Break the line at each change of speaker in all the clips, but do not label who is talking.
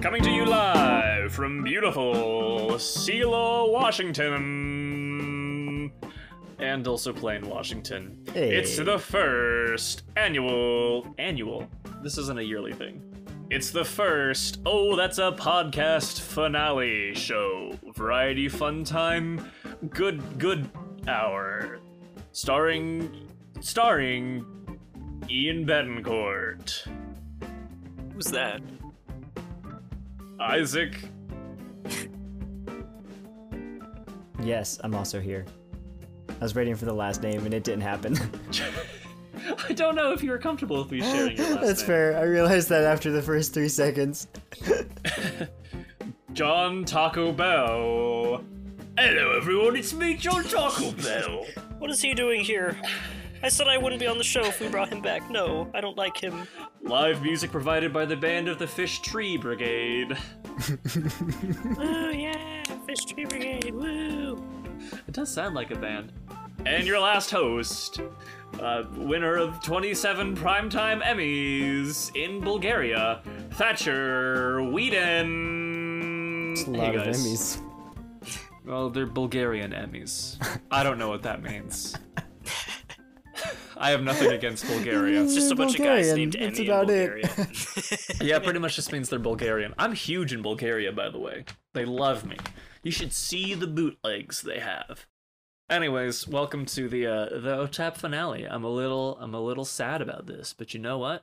coming to you live from beautiful Selah, Washington. And also Plain, Washington.
Hey.
It's the first annual. Annual? This isn't a yearly thing. It's the first, oh, that's a podcast finale show. Variety fun time, good, good hour. Starring, starring Ian Betancourt.
Who's that?
Isaac.
Yes, I'm also here. I was waiting for the last name and it didn't happen.
I don't know if you were comfortable with me sharing your last
That's
name.
fair. I realized that after the first three seconds.
John Taco Bell. Hello, everyone. It's me, John Taco Bell.
What is he doing here? I said I wouldn't be on the show if we brought him back. No, I don't like him.
Live music provided by the band of the Fish Tree Brigade.
Oh yeah, Fish Tree Brigade, woo!
It does sound like a band. And your last host, uh, winner of 27 Primetime Emmys in Bulgaria, Thatcher Whedon.
It's a
Hey,
lot of
guys.
Emmys.
Well, they're Bulgarian Emmys. I don't know what that means. I have nothing against Bulgaria.
It's just a bunch of guys
Bulgarian,
named
that's
Emmy in
about it.
Bulgaria.
Yeah, pretty much just means they're Bulgarian. I'm huge in Bulgaria, by the way. They love me. You should see the bootlegs they have. Anyways, welcome to the uh, the OTAP finale. I'm a little I'm a little sad about this, but you know what?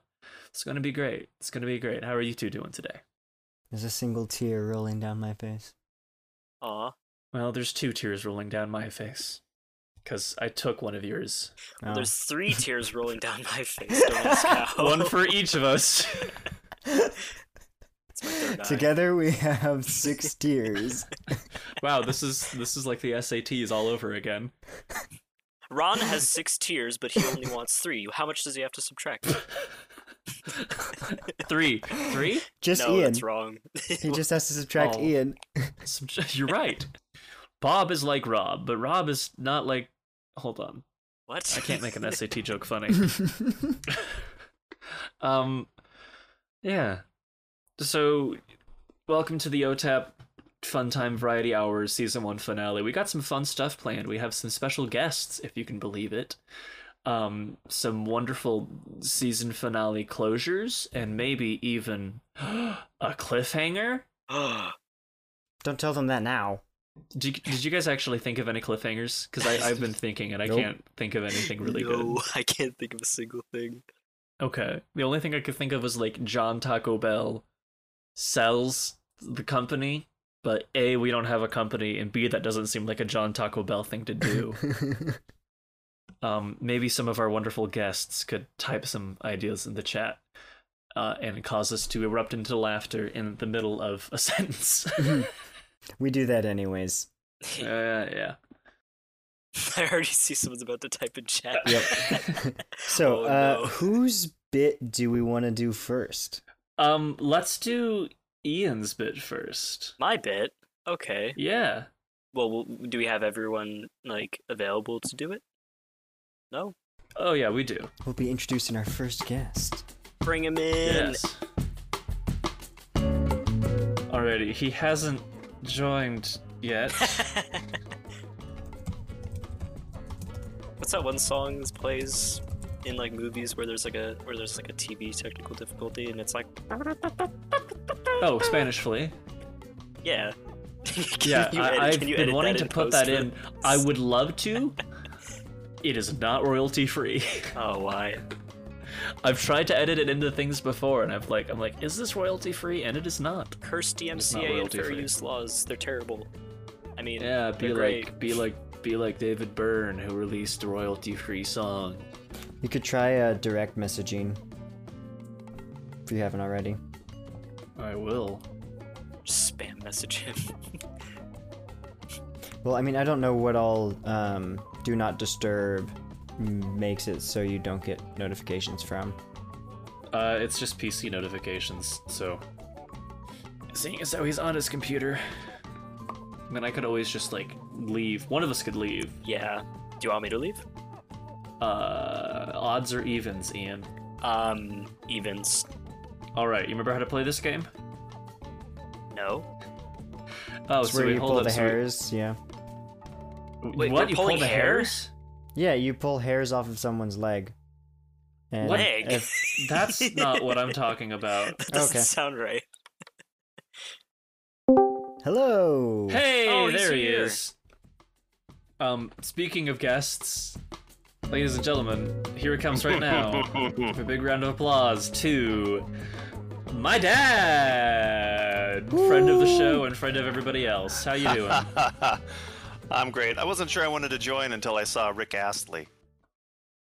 It's gonna be great. It's gonna be great. How are you two doing today?
There's a single tear rolling down my face.
Aw,
Well, there's two tears rolling down my face, cause I took one of yours.
Oh.
there's three tears rolling down my face. Don't ask how.
One for each of us.
It's my third eye.
Together we have six tears.
Wow, this is this is like the SATs all over again.
Ron has six tears, but he only wants three. How much does he have to subtract?
Three, three.
Just
no,
Ian.
that's wrong.
He just has to subtract
Oh.
Ian.
Subj- You're right. Bob is like Rob, but Rob is not like. Hold on,
What?
I can't make an SAT joke funny. um, yeah. So, welcome to the OTAP Fun Time Variety Hours Season One finale. We got some fun stuff planned. We have some special guests, if you can believe it. Um, some wonderful season finale closures, and maybe even a cliffhanger.
Don't tell them that now.
Did you, did you guys actually think of any cliffhangers? Because I've been thinking and I
Nope.
can't think of anything really
no,
good.
I can't think of a single thing.
Okay. The only thing I could think of was like John Taco Bell sells the company, but A, we don't have a company, and B, that doesn't seem like a John Taco Bell thing to do. um, maybe some of our wonderful guests could type some ideas in the chat uh, and cause us to erupt into laughter in the middle of a sentence.
we do that anyways.
uh, yeah.
I already see someone's about to type in chat.
So,
Oh,
uh,
no.
whose bit do we want to do first?
Um, let's do Ian's bit first.
My bit. Okay.
Yeah.
Well, w- do we have everyone like available to do it? No.
Oh yeah, we do.
We'll be introducing our first guest.
Bring him in.
Yes. Already, he hasn't joined yet.
What's that one song that plays in like movies where there's like a where there's like a TV technical difficulty and it's like
oh, Spanish flea.
yeah. Can
Yeah,
you edit-
I, I've
can you
been
edit
wanting to
that
put that in.
post?
I would love to. It is not royalty free.
Oh why?
I've tried to edit it into things before, and I've like, I'm like, is this royalty free? And it is not.
Curse DMCA and
royalty
fair
free.
use laws. They're terrible. I mean,
Yeah, be
they're great.
like, be like, be like David Byrne, who released a royalty free song.
You could try uh, direct messaging if you haven't already.
I will.
Just spam message him.
Well, I mean, I don't know what all um, do not disturb makes it so you don't get notifications from.
Oh, Uh, it's just PC notifications, so. Seeing as though he's on his computer. I mean, I could always just, like, leave. One of us could leave.
yeah. Do you want me to leave?
Uh, odds or evens, Ian.
Um, evens.
Alright, you remember how to play this game?
No.
Oh,
It's
so
where
we
you
hold
pull
up,
the
so we-
hairs. Yeah.
Wait,
what
we're
you pull
pulling
the hairs?
hairs?
Yeah, you pull hairs off of someone's leg. And
Leg?
if-
That's not what I'm talking about.
That doesn't
Okay.
sound right.
hello.
Hey,
Oh, he's
there he
here.
is. Um, speaking of guests, ladies and gentlemen, here it comes right now. Give a big round of applause to my dad, friend of the show and friend of everybody else. How you doing?
I'm great. I wasn't sure I wanted to join until I saw Rick Astley.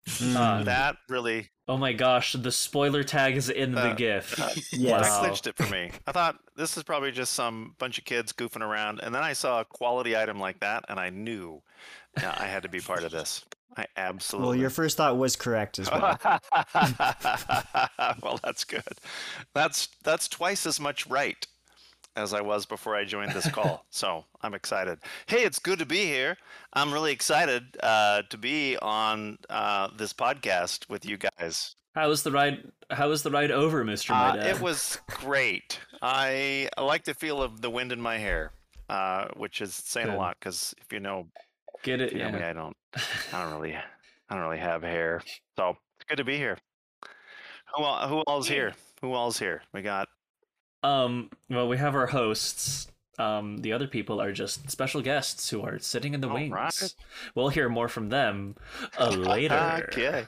Hmm,
Uh,
That really
oh my gosh, the spoiler tag is in the
Uh,
GIF.
Yes.
Wow.
that clinched it for me. I thought this is probably just some bunch of kids goofing around, and then I saw a quality item like that, and I knew yeah, I had to be part of this. I absolutely.
Well, your first thought was correct as well.
well, that's good. That's that's twice as much right as I was before I joined this call. so I'm excited. Hey, it's good to be here. I'm really excited uh, to be on uh, this podcast with you guys.
How was the ride? How was the ride over, Mister My
Uh,
Dad?
it was great. I, I like the feel of the wind in my hair, uh, which is saying
Good.
a lot because if you know,
Get it?
if you know me,
Yeah.
I don't, I don't really, I don't really have hair. So it's good to be here. Who all, who all's here? Who all's here? We got
Um. Well, we have our hosts. Um. The other people are just special guests who are sitting in the
All
wings.
right.
We'll hear more from them uh, later.
okay.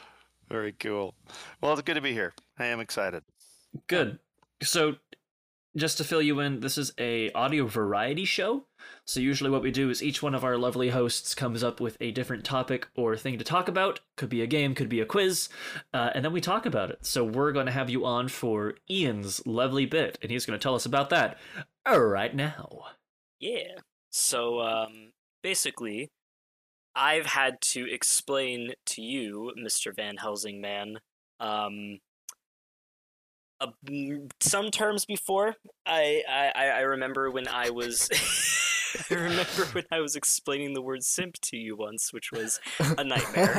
Very cool. Well, it's good to be here. I am excited.
Good. So, just to fill you in, this is a audio variety show. So usually what we do is each one of our lovely hosts comes up with a different topic or thing to talk about. Could be a game, could be a quiz, uh, and then we talk about it. So we're going to have you on for Ian's lovely bit, and he's going to tell us about that right now.
Yeah. So um, basically, I've had to explain to you, Mr. Van Helsing Man, um, a, mm, some terms before. I, I, I I remember when I was. I remember when I was explaining the word simp to you once, which was a nightmare.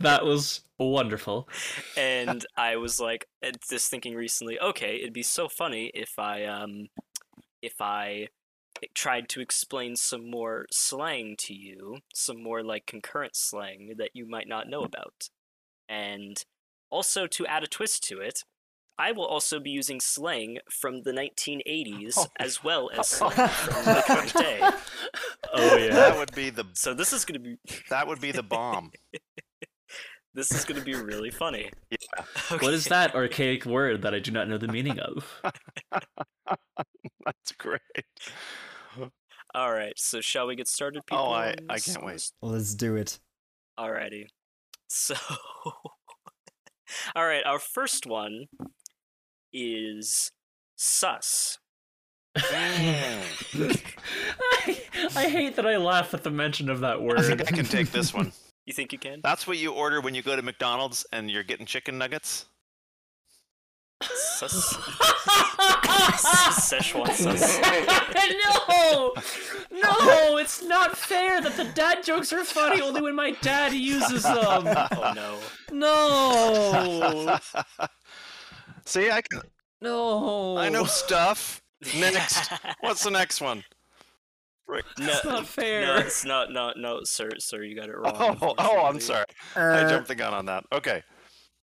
That was wonderful.
and I was like, and just thinking recently, okay, it'd be so funny if I, um, if I tried to explain some more slang to you, some more like concurrent slang that you might not know about, and also to add a twist to it. I will also be using slang from the 1980s
Oh.
as well as slang from the current day.
Oh
That would be the
So this is gonna be
that would be the bomb.
this is gonna be really funny.
Yeah.
What is that archaic word that I do not know the meaning of?
That's great.
All right, so shall we get started, people?
Oh, I,
on
I
this
can't
list?
wait.
Let's do it.
Alrighty. So, all right, our first one is sus.
I, I hate that I laugh at the mention of that
I think I
word.
can take this one.
You think you can?
That's what you order when you go to McDonald's and you're getting chicken nuggets.
Sus.
Ah!
Szechuan sus.
no! No, it's not fair that the dad jokes are funny only when my dad uses them.
Oh no.
No!
See, I can,
No.
I know stuff. Next. What's the next one? Rick-
That's
no,
not
no,
fair.
it's not. No, no, sir, sir, you got it wrong.
Oh, oh, I'm
unfortunately.
sorry. I
Er,
jumped the gun on that. Okay.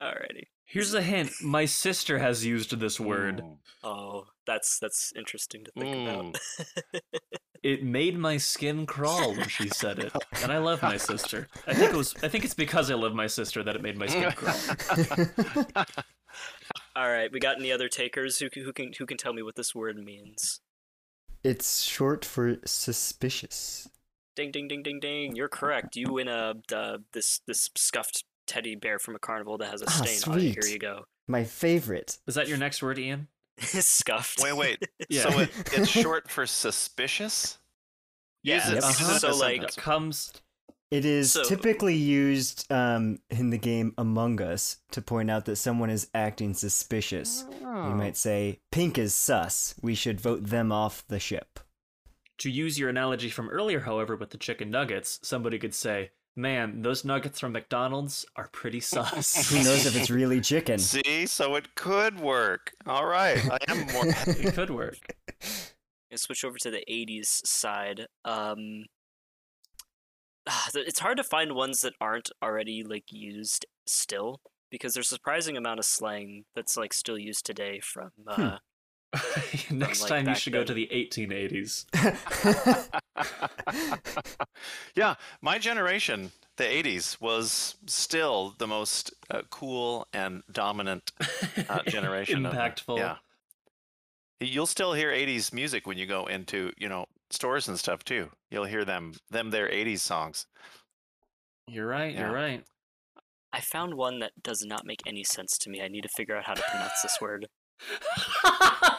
Alrighty.
Here's a hint my sister has used this word.
Mm.
Oh, that's that's interesting to think about.
Hmm.
It made my skin crawl when she said it, and I love my sister. I think it was. I think it's because I love my sister that it made my skin crawl.
All right, we got any other takers who can- who can who can tell me what this word means?
it's short for suspicious.
Ding ding ding ding ding. You're correct. You win a uh, this this scuffed teddy bear from a carnival that has a
Ah,
stain on it. Here
sweet.
you go.
My favorite.
Is that your next word, Ian?
scuffed.
Wait, wait.
Yeah.
So it, it's short for suspicious.
yeah.
Use it,
Yep.
use it
Uh-huh.
as
So,
a
like-
sentence.
Comes.
It is
So-
typically used um, in the game Among Us to point out that someone is acting suspicious.
Oh.
You might say, Pink is sus. We should vote them off the ship.
To use your analogy from earlier, however, with the chicken nuggets, somebody could say, man, those nuggets from McDonald's are pretty sus.
Who knows if it's really chicken?
See, so it could work. All right, I am more.
it could work.
and switch over to the 80s side um ah, th- it's hard to find ones that aren't already like used still because there's a surprising amount of slang that's like still used today from
Hmm.
uh
Next
like,
time you
back
should go
then.
to the 1880s.
yeah, my generation, the 80s, was still the most uh, cool and dominant uh, generation. of-
Impactful.
yeah. You'll still hear 80s music when you go into, you know, stores and stuff too. You'll hear them them their 80s songs.
You're right.
Yeah.
You're right.
i found one that does not make any sense to me i need to figure out how to pronounce this word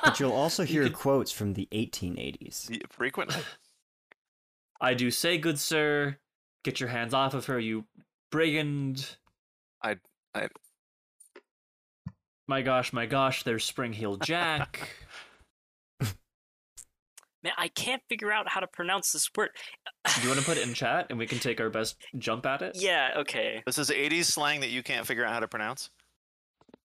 But you'll also
You
hear
could-
quotes from the 1880s.
Y- Frequently.
I do say, good sir, get your hands off of her, you brigand.
I- I-
My gosh, my gosh, there's Spring Heel Jack.
man i can't figure out how to pronounce this word
do you want to put it in chat and we can take our best jump at it?
yeah okay
This is 80s slang that you can't figure out how to pronounce.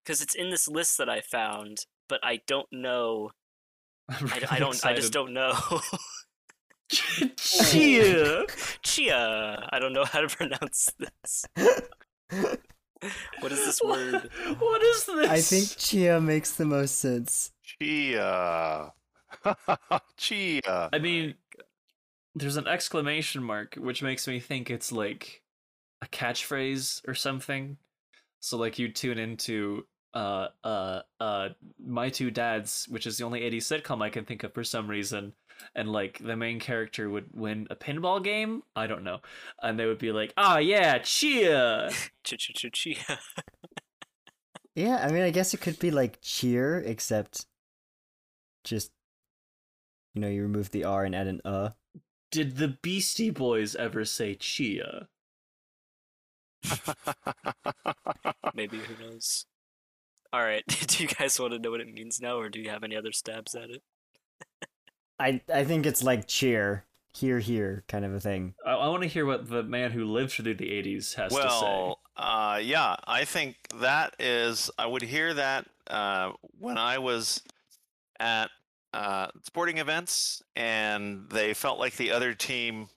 because it's in this list that i found but i don't know
I'm
i, d-
really
I don't i just
excited.
don't know
Cheer.
chia i don't know how to pronounce this what is this word
What is this?
I think Chia makes the most sense.
Chia. Chia.
I mean, there's an exclamation mark, which makes me think it's like a catchphrase or something. So like you tune into uh uh uh my two dads, which is the only 80s sitcom I can think of for some reason, and like the main character would win a pinball game. I don't know, and they would be like, ah yeah, cheer.
Ch ch ch chia.
Yeah, I mean, I guess it could be like cheer, except just, you know, you remove the R and add an uh.
Did the Beastie Boys ever say cheer?
Maybe who knows? All right. Do you guys want to know what it means now, or do you have any other stabs at it?
I, I think it's like cheer, here, here kind of a thing.
I, I want to hear what the man who lived through the 80s has to say.
well, uh, yeah, I think that is. I would hear that uh, when I was at uh, sporting events, and they felt like the other team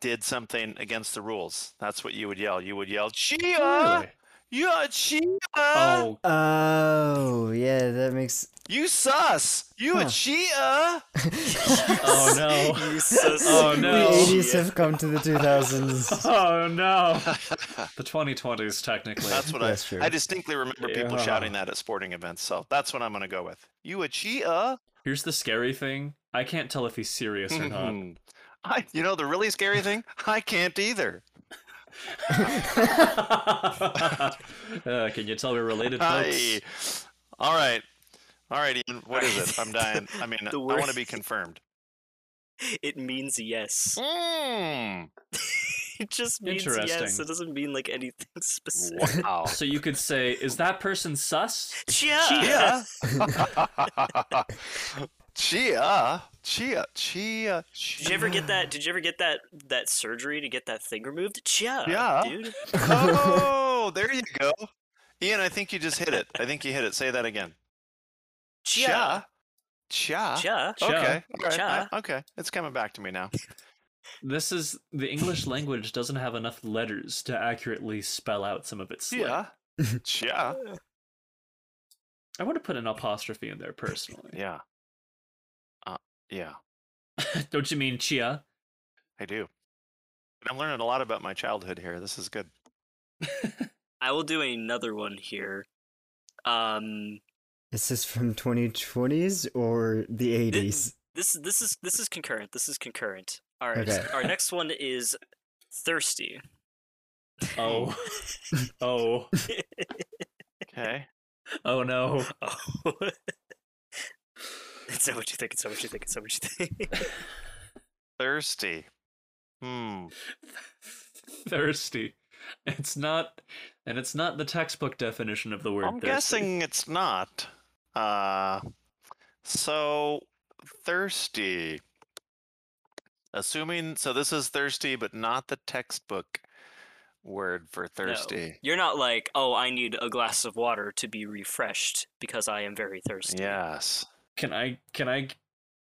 did something against the rules. That's what you would yell. You would yell, "Chia,
Really?
yeah, Chia, uh,
Oh
Oh, yeah, that makes.
you sus, you a
Huh.
Chia."
Oh no.
You so
Oh,
The
sweet.
no.
80s have come to the 2000s.
Oh no. The 2020s technically.
That's what I.
That's true.
I distinctly remember people
Uh-huh.
Yeah.
shouting that at sporting events. So that's what I'm going to go with. You a Chia.
Here's the scary thing. I can't tell if he's serious or not.
Mhm. I, you know, the really scary thing, I can't either.
Uh, can you tell we're related folks?
I, all right, all right, Ian, what is it? I'm dying. I mean, I
The
want to
worst-
be confirmed.
It means yes. Hmm.
Mm,
It just means yes.
Interesting.
It doesn't mean like anything specific.
wow.
So you could say, is that person sus?
Chia.
Chia. Chia. Chia. Chia.
Did you ever get that? Did you ever get that that surgery to get that thing removed? Chia.
Yeah.
Dude.
Oh, there you go. Ian, I think you just hit it. I think you hit it. Say that again.
Chia.
Chia.
Chia.
Chia.
Okay. all right, I-
Chia.
okay. It's coming back to me now.
This is the English language doesn't have enough letters to accurately spell out some of its slang.
Yeah. Chia.
I want to put an apostrophe in there personally.
Yeah. Uh, yeah,
Don't you mean chia?
I do. And I'm learning a lot about my childhood here. This is good.
I will do another one here. Um.
Is this from 2020s or the 80s?
This this is this is concurrent. This is concurrent. All right.
Okay.
Our next one is thirsty.
Oh. oh.
Okay.
Oh no.
Oh. it's not what you think. It's not what you think. It's not what you think.
Thirsty. Hmm.
thirsty. It's not, and it's not the textbook definition of the word.
I'm
thirsty.
guessing it's not. Uh, so thirsty. Assuming so, this is thirsty, but not the textbook word for thirsty.
You're not like, oh, I need a glass of water to be refreshed because I am very thirsty.
Yes.
Can I? Can I?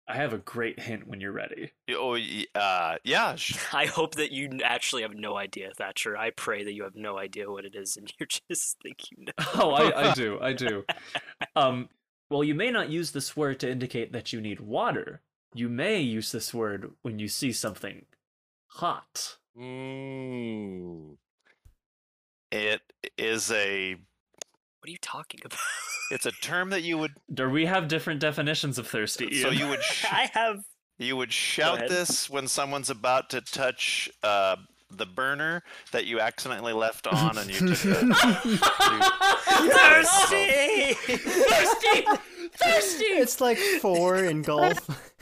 I have a great hint when you're ready.
Y- Oh, y- uh, yeah. sh-
I hope that you n- actually have no idea, Thatcher. I pray that you have no idea what it is and you just think you know.
Oh, I, I do. I do. Um, well, you may not use this word to indicate that you need water. You may use this word when you see something hot.
It is a
What are you talking about?
it's a term that you would
Do we have different definitions of thirsty?
so
Ian?
you would sh-
I have.
you would shout
ahead.
this when someone's about to touch uh, the burner that you accidentally left on and you took a,
Thirsty!
thirsty, thirsty.
It's like four in golf.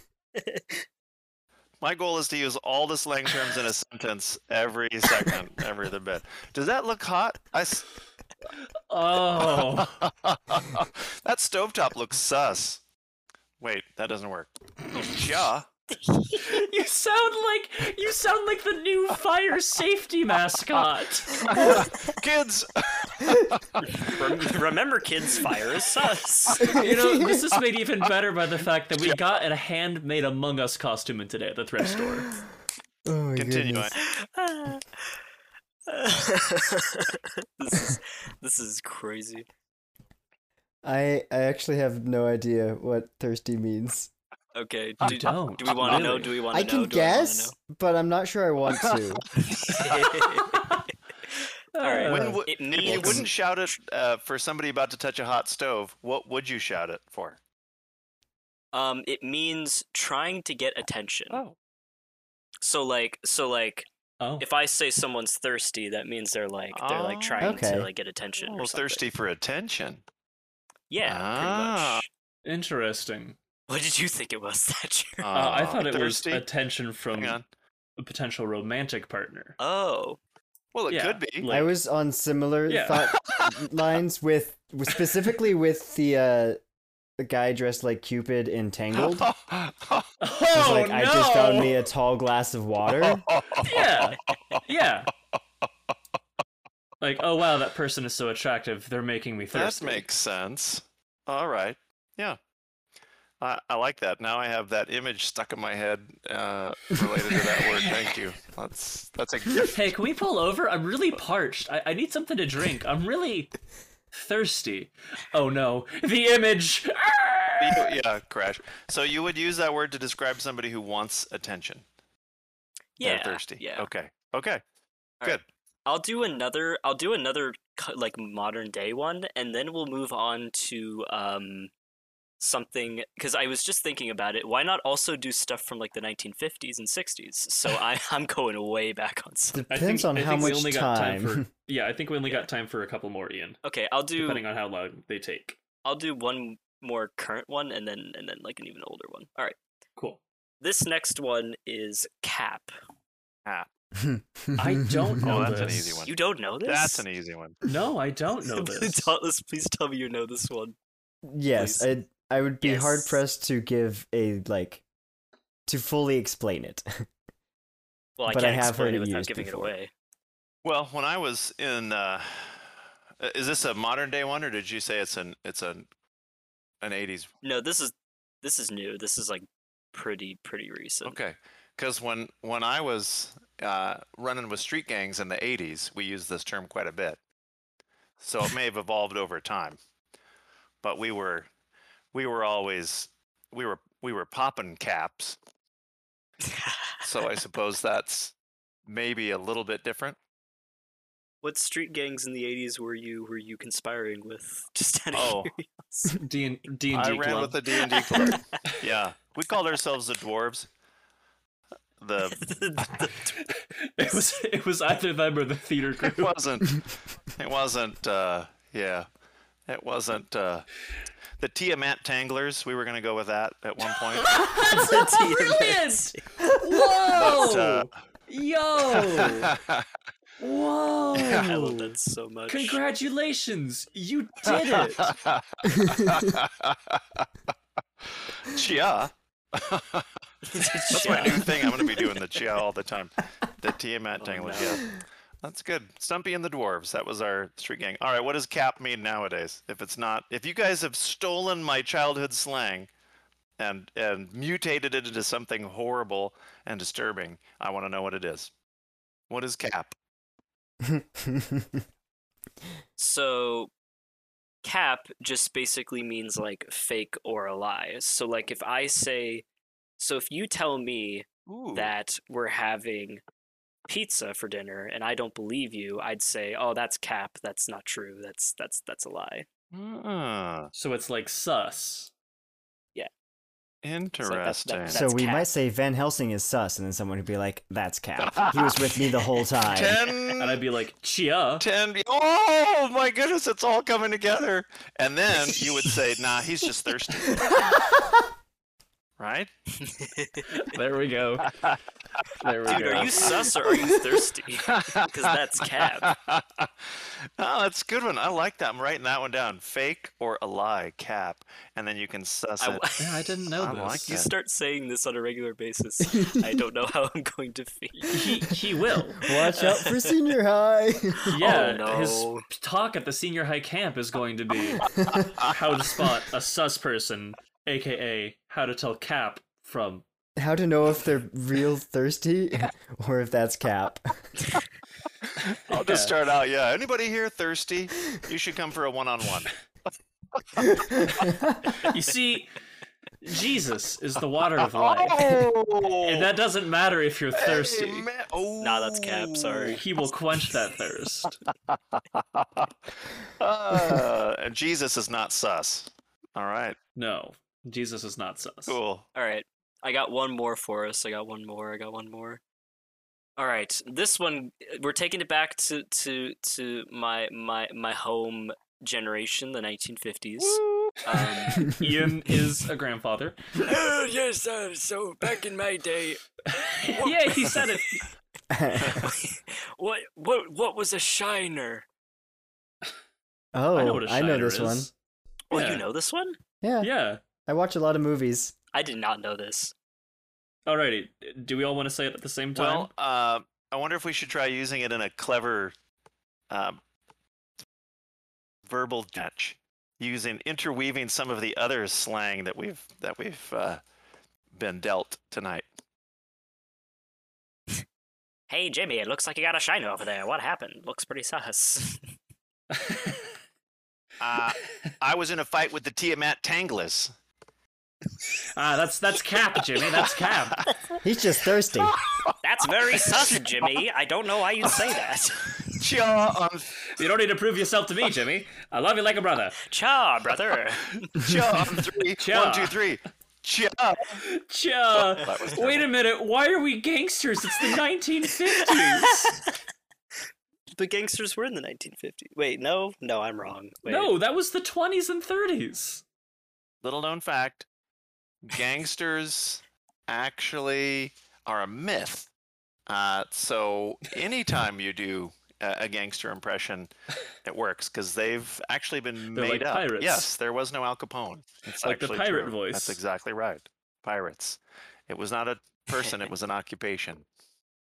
My goal is to use all the slang terms in a sentence every second, every other bit. Does that look hot? I s-
Oh,
that stovetop looks sus. Wait, that doesn't work. Ja.
you sound like you sound like the new fire safety mascot.
Kids,
Rem- remember, kids, fire is sus.
You know, this is made even better by the fact that we got a handmade Among Us costume in today at the thrift store.
Oh my
continue.
goodness.
Ah. this is this is crazy.
I I actually have no idea what thirsty means.
Okay,
You
do,
don't,
do we want to know?
really.
Do we want
I
to know?
can
do I wanna
guess, but I'm not sure I want to.
know? All right.
when
Uh,
w-
it
if you
means
wouldn't shout it uh, for somebody about to touch a hot stove, what would you shout it for?
um, it means trying to get attention.
Oh.
So like, so like,
Oh.
if I say someone's thirsty, that means they're like they're like
Oh.
trying
Okay.
to like get attention. or
Well,
something.
thirsty for attention.
Yeah, pretty
Ah.
much.
Interesting.
What did you think it was, Thatcher?
Uh, I thought it
thirsty?
was attention from
Hang on.
a potential romantic partner.
Oh,
Well, it
Yeah,
could be.
like-
I was on similar
Yeah.
thought lines with with- specifically with the uh the guy dressed like Cupid in Tangled. He's
Oh
like I just found me a tall glass of water.
Yeah, yeah. Like, oh wow, that person is so attractive. They're making me
That
thirsty.
makes sense. All right. Yeah. I, I like that. Now I have that image stuck in my head uh, related to that word. Thank you. That's that's a gift.
Hey, can we pull over? I'm really parched. I, I need something to drink. I'm really thirsty. Oh no, the image.
yeah, crash. So you would use that word to describe somebody who wants attention.
yeah.
They're thirsty.
Yeah.
Okay. Okay.
I'll do another. I'll do another cu- like modern day one, and then we'll move on to um something because I was just thinking about it. Why not also do stuff from like the 1950s and 60s? So I, I'm going way back on. Some.
I
Depends
think-
on
I
how
think we
much
only got time
time.
for- Yeah, I think we only got time for a couple more, Ian.
Okay, I'll do.
Depending on how long they take.
I'll do one more current one, and then and then like an even older one. All right,
Cool.
this next one is Cap.
I don't
Oh,
know
that's an
this.
easy one.
You don't know this?
That's an easy one.
No, I don't know
please,
this.
tell us, please tell me you know this one.
Yes, I I would be hard
Yes.
pressed to give a like to fully explain it.
Well, I
But I
can't
have
explain
heard
it
it
without
used
giving
before.
it away.
Well, when I was in, uh, uh, is this a modern day one, or did you say it's an it's an an eighties?
No, this is this is new. This is like pretty pretty recent.
Okay, because when when I was uh, running with street gangs in the eighties, we used this term quite a bit. So it may have evolved over time, but we were we were always we were we were popping caps. So I suppose that's maybe a little bit different.
what street gangs in the '80s were you were you conspiring with? Just out of
Oh.
curiosity.
D and D
I
club.
ran with the D and D club. yeah, we called ourselves the dwarves. The
The-
it was it was either them or the theater group.
it wasn't it wasn't uh yeah it wasn't uh the tiamat tanglers we were gonna go with that at one point
That's
the
brilliant!
TMNT.
but,
Whoa!
uh,
Yo!
I love
Whoa!
that so much.
Congratulations, you did it!
chia
That's
that's my new thing i'm gonna be doing the chia all the time the tiamat
Oh,
tanglers
no.
yeah That's good. Stumpy and the Dwarves. That was our street gang. All right, what does cap mean nowadays? If it's not, if you guys have stolen my childhood slang and and mutated it into something horrible and disturbing, I want to know what it is. What is cap?
So cap just basically means like fake or a lie. So like if I say so if you tell me
Ooh.
that we're having pizza for dinner and I don't believe you, I'd say, "Oh, that's cap. That's not true. That's that's that's a lie."
Ah,
So it's like sus.
interesting.
That's
so we
Cap.
might say Van Helsing is sus, and then someone would be like, "That's Cap. He was with me the whole time."
Ten.
And I'd be like, Chia.
Ten. Oh my goodness, it's all coming together. And then you would say, "Nah, he's just thirsty." right?
There we go. There we
Dude,
go.
are you sus or are you thirsty? Because that's cap.
oh, that's a good one. I like that. I'm writing that one down. Fake or a lie, cap, and then you can suss
I,
it.
Yeah, I didn't know
I
this.
like
you
that.
start saying this on a regular basis. I don't know how I'm going to feel.
He he will.
Watch out for senior high.
Yeah,
Oh, no.
his talk at the senior high camp is going to be how to spot a sus person, aka how to tell Cap from.
How to know if they're real thirsty or if that's Cap.
I'll just
Yeah.
start out. Yeah. Anybody here thirsty? You should come for a one-on-one.
You see, Jesus is the water of life,
oh.
and that doesn't matter if you're thirsty.
Oh.
Nah, that's cap, sorry.
He will quench that thirst.
Uh, and Jesus is not sus. All right.
No, Jesus is not sus.
Cool.
All right. I got one more for us. I got one more. I got one more. All right. This one uh, we're taking it back to to to my my my home generation, the 1950s. Um,
Ian is a grandfather.
oh, yes, sir. So back in my day,
yeah, he said it.
what what what was a shiner?
oh,
I know what a
I
shiner
know this
is.
one.
Oh,
Yeah.
you know this one?
Yeah,
Yeah.
I watch a lot of movies.
I did not know this.
Alrighty. Do we all want to say it at the same time?
Well, uh, I wonder if we should try using it in a clever um, verbal Dutch, using interweaving some of the other slang that we've that we've uh, been dealt tonight.
Hey Jimmy, it looks like you got a shiner over there. What happened? Looks pretty sus.
Uh, I was in a fight with the Tiamat Tanglers.
ah, that's that's Cap, Jimmy. That's Cap.
He's just thirsty.
That's very sus, Jimmy. I don't know why you say that.
Chaw on
You don't need to prove yourself to me, Jimmy. I love you like a brother.
Cha, brother.
chaw on um, three.
Chaw.
One, two, three. Chaw.
Chia.
That was
Uh, Wait a
terrible.
minute. Why are we gangsters? It's the 1950s.
the gangsters were in the 1950s. Wait, no, no, I'm wrong. Wait.
No, that was the 20s and 30s.
Little known fact: gangsters actually are a myth. Uh, so anytime you do a, a gangster impression, it works because they've actually been
They're like
made up.
pirates.
Yes, there was no Al Capone. It's
Like the
actually
pirate
true.
voice.
That's exactly right. Pirates. It was not a person. It was an occupation.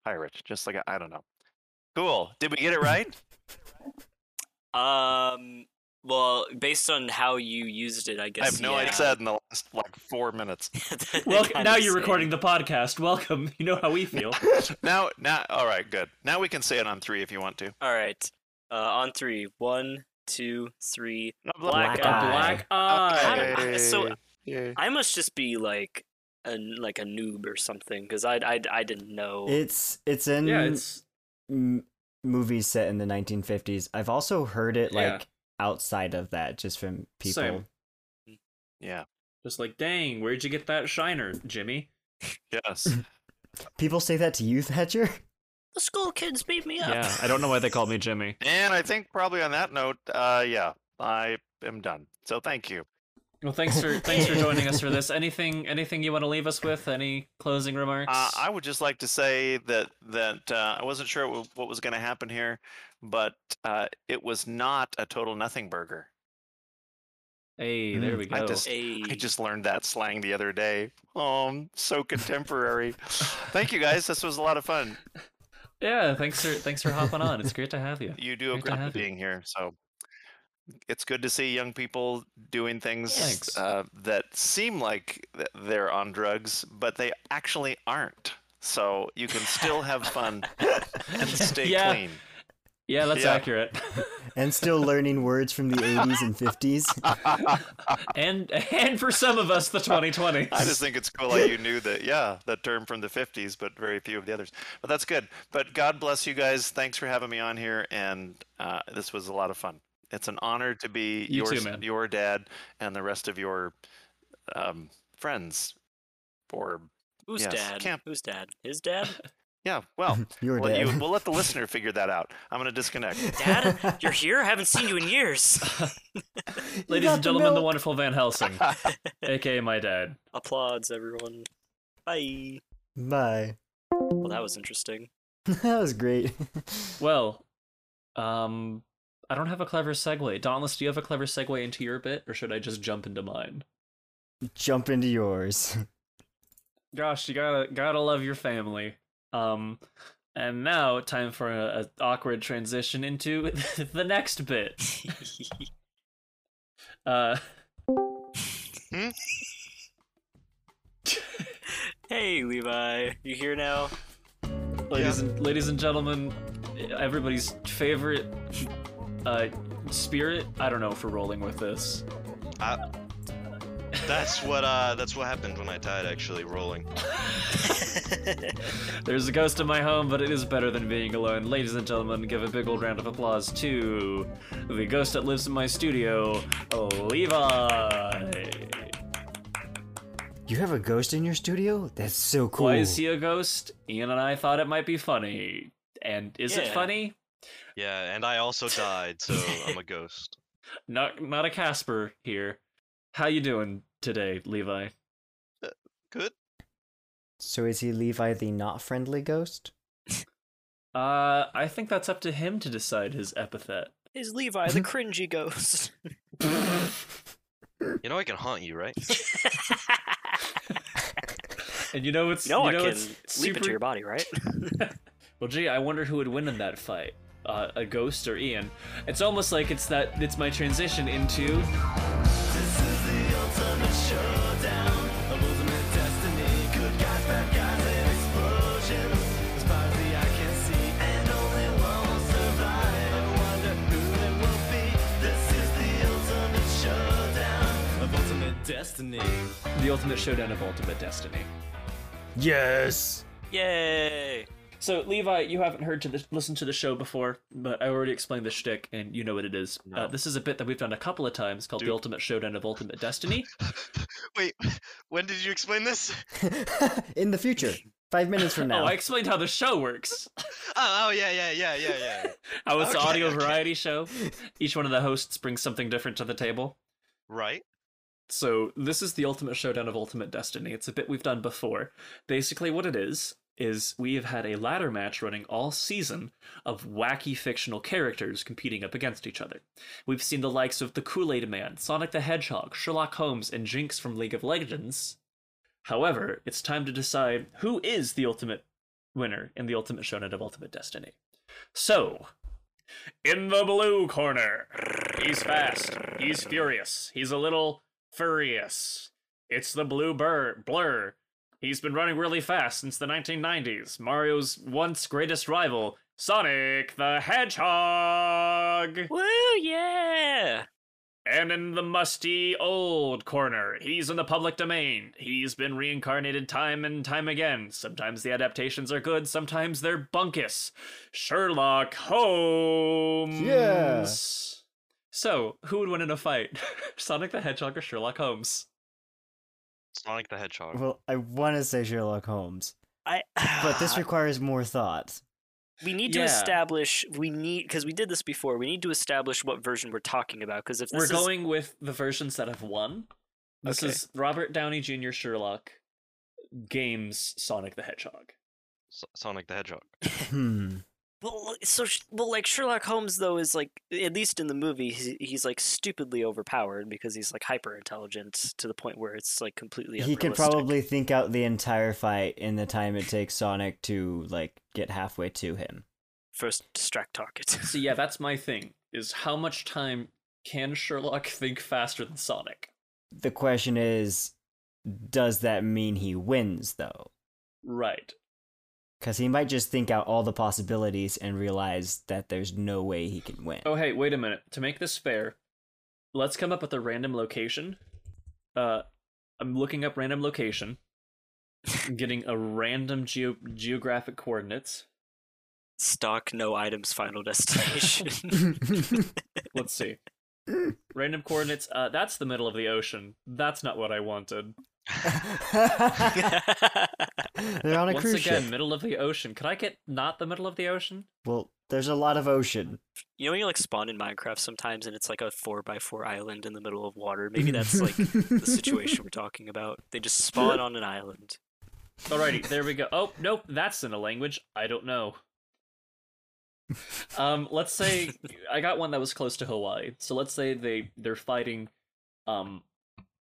Pirate. Just like I I don't know. Cool. Did we get it right?
Um. Well, based on how you used it, I
I
guess.
have no idea.
yeah.
what I said in the last like four minutes.
They're
Well,
kinda
now
the
you're
same.
recording the podcast. Welcome. You know how we feel.
now, now, all right, good. Now we can say it on three if you want to.
All right. Uh, on three. One, two, three.
Black
Black,
A
eye.
black
How
eye.
did- I- so-
Yeah.
I must just be like a like a noob or something because I, I I didn't know.
It's it's in
Yeah, it's
m- movies set in the 1950s. I've also heard it
Yeah.
like outside of that, just from people.
Same.
yeah.
just like, dang, where'd you get that shiner, Jimmy?
Yes.
People say that to you, Thatcher.
the school kids beat me
I don't know why they called me Jimmy.
and I think probably on that note, uh, yeah, I am done. So thank you.
Well, thanks for thanks for joining us for this. Anything anything you want to leave us with? Any closing remarks?
Uh, I would just like to say that that uh, I wasn't sure what, what was going to happen here, but uh, it was not a total nothing burger.
hey, there we go.
I just- I just learned that slang the other day. Oh, I'm so contemporary. thank you guys. This was a lot of fun.
Yeah, thanks for thanks for hopping on. It's great to have you.
You do a
Great to
great job
have you.
being here. So it's good to see young people doing things
Thanks.
uh, that seem like th- they're on drugs, but they actually aren't. So you can still have fun and stay
Yeah.
clean.
Yeah, that's
Yeah.
accurate.
and still learning words from the 80s and 50s.
and and for some of us, the 2020s.
I just think it's cool that you knew that, yeah, that term from the 50s, but very few of the others. But that's good. But God bless you guys. Thanks for having me on here. And uh, this was a lot of fun. It's an honor to be
You
your,
too,
s-
man.
your dad and the rest of your um, friends. Or,
Who's
Yes,
dad?
camp.
Who's dad? His dad?
yeah, well,
Your
Oh, we'll, let
dad.
you, we'll let the listener figure that out. I'm going to disconnect.
Dad? You're here? Haven't seen you in years.
Ladies and gentlemen, the wonderful Van Helsing, aka my dad.
Applauds, everyone. Bye.
one. Bye.
Well, that was interesting.
that was great.
Well, um, I don't have a clever segue. Dauntless, do you have a clever segue into your bit, or should I just jump into mine?
Jump into yours.
Gosh, you gotta gotta love your family. Um, and now time for a, a awkward transition into the next bit. Uh,
hey, Levi. You here now?
ladies and ladies and gentlemen, everybody's favorite uh spirit. I don't know if we're rolling with this.
That's what uh that's what happened when I died actually rolling.
There's a ghost in my home, but it is better than being alone. Ladies and gentlemen, give a big old round of applause to the ghost that lives in my studio, Levi.
You have a ghost in your studio? That's so cool.
Why is he a ghost? Ian and I thought it might be funny. And is it
Yeah.
funny?
Yeah, and I also died, so I'm a ghost.
Not not a Casper here. How you doing today, Levi?
Good.
so is he Levi the not friendly ghost?
Uh, I think that's up to him to decide his epithet.
Is Levi the cringy ghost?
You know I can haunt you, right?
And you know it's
no,
you
I
know
can
it's
leap into
super-
your body, right?
Well, gee, I wonder who would win in that fight, uh, a ghost or Ian. It's almost like it's that it's my transition into. The ultimate showdown of ultimate destiny.
Yes.
Yay!
So Levi, you haven't heard to this, listened to the show before, but I already explained the shtick, and you know what it is. Uh, this is a bit that we've done a couple of times called the
Dude.
ultimate showdown of ultimate destiny.
Wait, when did you explain this?
in the future. Five minutes from now.
Oh, I explained how the show works.
Oh, oh yeah, yeah, yeah, yeah, yeah.
How it's an
Okay,
audio
okay.
variety show. Each one of the hosts brings something different to the table.
Right?
So this is the ultimate showdown of ultimate destiny. It's a bit we've done before. Basically, what it is is we have had a ladder match running all season of wacky fictional characters competing up against each other. We've seen the likes of the Kool-Aid Man, Sonic the Hedgehog, Sherlock Holmes, and Jinx from League of Legends. However, it's time to decide who is the ultimate winner in the ultimate showdown of ultimate destiny. So, in the blue corner, he's fast, he's furious, he's a little furious. It's the blue bur- blur. He's been running really fast since the 1990s. Mario's once greatest rival, Sonic the Hedgehog.
Woo, yeah!
And in the musty old corner, he's in the public domain. He's been reincarnated time and time again. Sometimes the adaptations are good, sometimes they're bunkus. Sherlock Holmes.
Yeah.
So, who would win in a fight? Sonic the Hedgehog or Sherlock Holmes?
Sonic the Hedgehog.
well, I want to say Sherlock Holmes,
I.
but this requires more thought.
we need to
Yeah.
establish. We need because we did this before. We need to establish what version we're talking about. Because if this
We're
is,
going with the versions that have won. This
Okay.
is Robert Downey Jr. Sherlock games Sonic the Hedgehog.
S- Sonic the Hedgehog.
Hmm.
Well, like, so sh- well, like Sherlock Holmes though is like at least in the movie he's, he's like stupidly overpowered because he's like hyper intelligent to the point where it's like completely.
he could
unrealistic.
probably think out the entire fight in the time it takes Sonic to like get halfway to him.
first distract target.
So yeah, that's my thing. Is how much time can Sherlock think faster than Sonic?
The question is, does that mean he wins though?
Right.
Because he might just think out all the possibilities and realize that there's no way he can win.
Oh hey, wait a minute. To make this fair, let's come up with a random location. Uh, I'm looking up random location. I'm getting a random geo- geographic coordinates.
Stock no items. Final destination.
Let's see. Random coordinates. Uh, that's the middle of the ocean. That's not what I wanted.
They're on a
Once
cruise
again,
ship.
middle of the ocean. Could I get not the middle of the ocean?
Well, there's a lot of ocean.
you know when you like spawn in Minecraft sometimes and it's like a four by four island in the middle of water. Maybe that's like the situation we're talking about. They just spawn on an island.
Alrighty, there we go. Oh nope, that's in a language I don't know. Um, let's say I got one that was close to Hawaii. So let's say they they're fighting, um,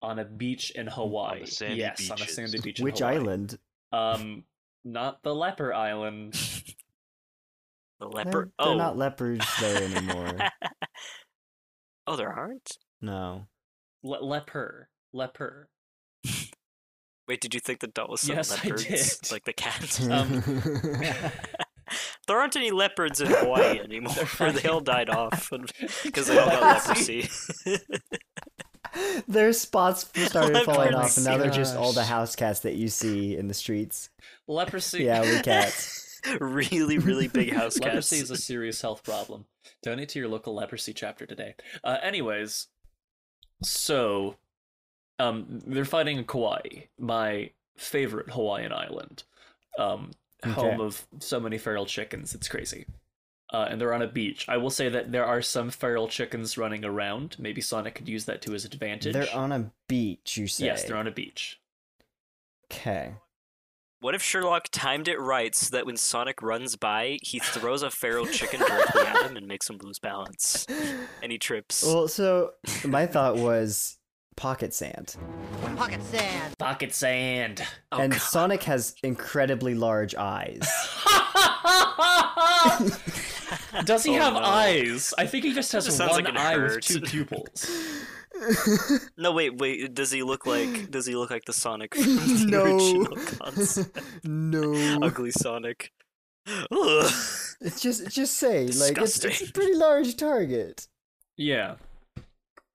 on a beach in Hawaii.
sandy
yes, on a
beaches.
sandy beach. in
Which
Hawaii.
island?
Um, not the leper island.
The
They're-
leper.
They're,
oh,
not leopards there anymore.
oh, there aren't.
no.
Le- leper, leper.
Wait, did you think the doll was some
Yes, I
leopards?
did.
Like the cat.
Um,
there aren't any leopards in Hawaii anymore. they
funny.
all died off because they all got leprosy.
Their spots started falling off, and now they're just all the
Gosh.
house cats that you see in the streets.
Leprosy.
Yeah, we cats.
really, really big house cats.
Leprosy is a serious health problem. Donate to your local leprosy chapter today. Uh, anyways, so um, they're fighting in Kauai, my favorite Hawaiian island, um, home
Okay.
of so many feral chickens. It's crazy. Uh, and they're on a beach. I will say that there are some feral chickens running around. Maybe Sonic could use that to his advantage.
They're on a beach, you say.
yes, they're on a beach.
Okay.
What if Sherlock timed it right so that when Sonic runs by, he throws a feral chicken directly at him and makes him lose balance? And he trips.
Well, so my thought was pocket sand,
Pocket sand.
Pocket sand.
oh,
and
God.
Sonic has incredibly large eyes.
Does he
Oh,
have
no.
eyes? I think he just has
Just
one
sounds like it
eye with
hurt.
two pupils.
No, wait, wait. Does he look like? Does he look like the Sonic from the
No.
original concept?
no,
Ugly Sonic. Ugh.
it's just just say like it's, it's a
Disgusting.
pretty large target.
yeah.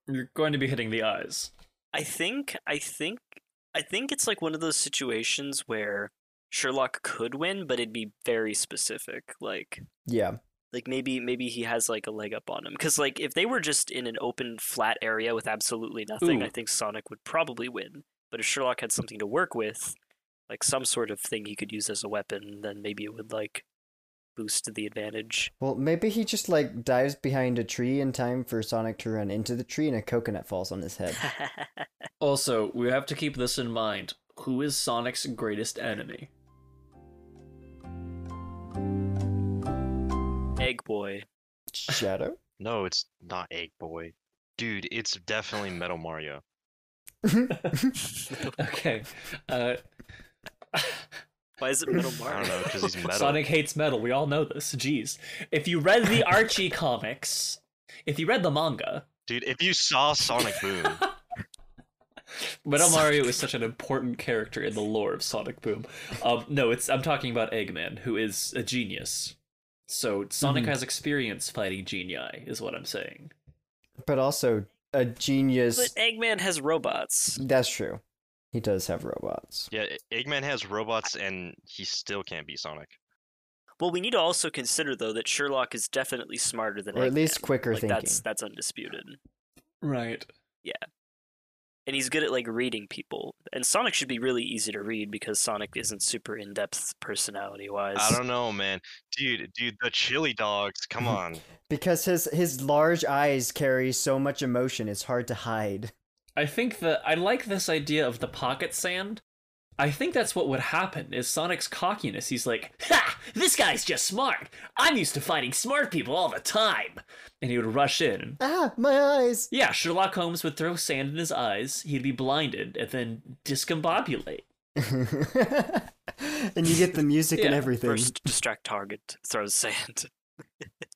You're going to be hitting the eyes.
I think I think I think it's like one of those situations where Sherlock could win, but it'd be very specific. Like
Yeah,
like maybe maybe he has like a leg up on him because like if they were just in an open flat area with absolutely nothing,
Ooh.
I think Sonic would probably win. But if Sherlock had something to work with, like some sort of thing he could use as a weapon, then maybe it would like boost the advantage.
well, maybe he just like dives behind a tree in time for Sonic to run into the tree, and a coconut falls on his head.
Also, we have to keep this in mind. Who is Sonic's greatest enemy?
Egg boy.
Shadow.
No, it's not Egg Boy. Dude, it's definitely Metal Mario.
Okay. Uh,
Why is it middle
I
Mario?
don't know, because he's metal.
Sonic hates metal. We all know this. Jeez. If you read the Archie comics, if you read the manga,
Dude, if you saw Sonic Boom,
Metal Mario is such an important character in the lore of Sonic Boom. Um, no, it's I'm talking about Eggman, who is a genius. So Sonic
Mhm.
has experience fighting genii, is what I'm saying.
but also a
But
genius.
Eggman has robots.
That's true. He does have robots.
yeah, E-, Eggman has robots and he still can't be Sonic.
Well, we need to also consider though that Sherlock is definitely smarter than
Or at least
Eggman.
quicker
like, That's
thinking.
that's undisputed,
Right.
and he's good at like reading people. And Sonic should be really easy to read because Sonic isn't super in depth personality wise.
I don't know, man. Dude, dude, the chili dogs, come on.
Because his his large eyes carry so much emotion, it's hard to hide.
I think that I like this idea of the pocket sand I think that's what would happen is Sonic's cockiness. He's like, "Ha! This guy's just smart. I'm used to fighting smart people all the time." And he would rush in.
Ah, my eyes.
Yeah, Sherlock Holmes would throw sand in his eyes. He'd be blinded and then discombobulate.
and you get the music and
Yeah,
everything.
First, distract target, throws sand.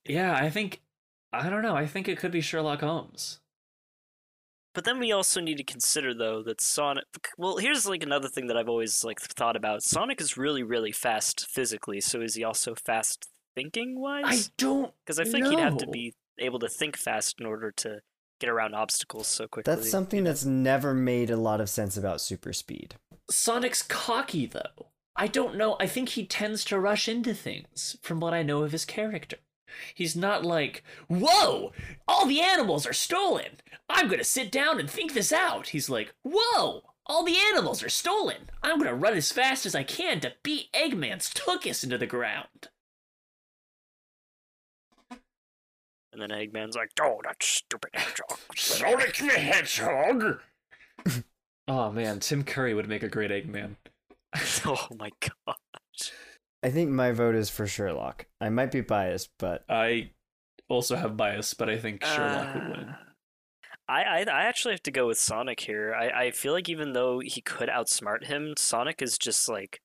Yeah, I think I don't know. I think it could be Sherlock Holmes.
But then we also need to consider though that Sonic. Well, here's like another thing that I've always like thought about. Sonic is really, really fast physically. So is he also fast thinking
I
wise?
don't
Because I, think he'd have to
know.
be able to think fast in order to get around obstacles so quickly.
That's something that's never made a lot of sense about super speed.
Sonic's cocky though. I don't know. I think he tends to rush into things from what I know of his character. He's not like, "Whoa, all the animals are stolen. I'm going to sit down and think this out." He's like, "Whoa, all the animals are stolen. I'm going to run as fast as I can to beat Eggman's Tookus into the ground."
And then Eggman's like, "Oh, that's stupid hedgehog."
Sonic the Hedgehog. oh man, Tim Curry would make a great Eggman.
oh my god.
I think my vote is for Sherlock. I might be biased, but
I also have bias, but I think Sherlock would win.
Uh, I, I I actually have to go with Sonic here. I, I feel like even though he could outsmart him, Sonic is just like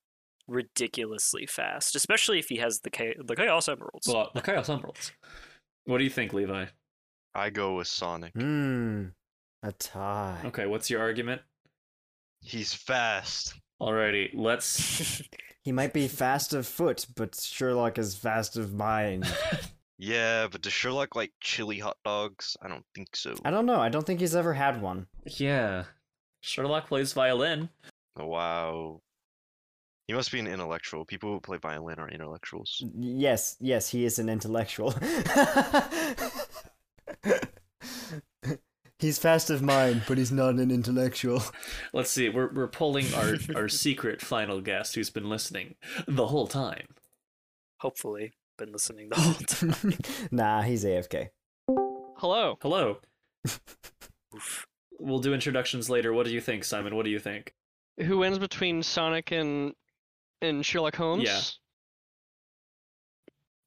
ridiculously fast, especially if he has the Cha- the Chaos Emeralds.
Well, the Chaos Emeralds. What do you think, Levi?
I go with Sonic.
hmm, a tie.
Okay, what's your argument?
He's fast.
Alrighty, let's.
He might be fast of foot, but Sherlock is fast of mind.
Yeah, but does Sherlock like chili hot dogs? I don't think so.
I don't know. I don't think he's ever had one.
yeah. Sherlock plays violin.
Oh, Wow. He must be an intellectual. People who play violin are intellectuals.
Yes, yes, he is an intellectual. he's fast of mind, but he's not an intellectual.
Let's see, we're, we're pulling our, our secret final guest who's been listening the whole time.
Hopefully, been listening the whole time.
nah, he's AFK.
Hello.
Hello.
Oof.
We'll do introductions later. What do you think, Simon? What do you think?
Who wins between Sonic and and Sherlock Holmes?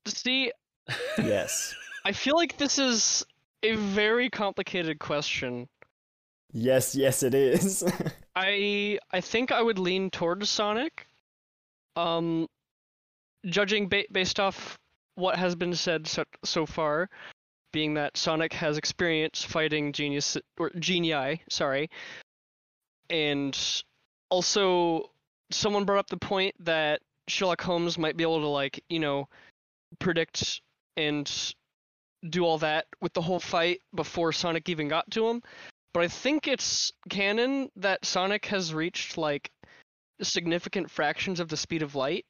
See,
Yes.
I feel like this is a very complicated question.
Yes, yes, it is.
I I think I would lean towards Sonic. Um, judging ba- based off what has been said so so far, being that Sonic has experience fighting genius or genii, sorry, and also someone brought up the point that Sherlock Holmes might be able to like you know predict and do all that with the whole fight before Sonic even got to him but I think it's canon that Sonic has reached like significant fractions of the speed of light.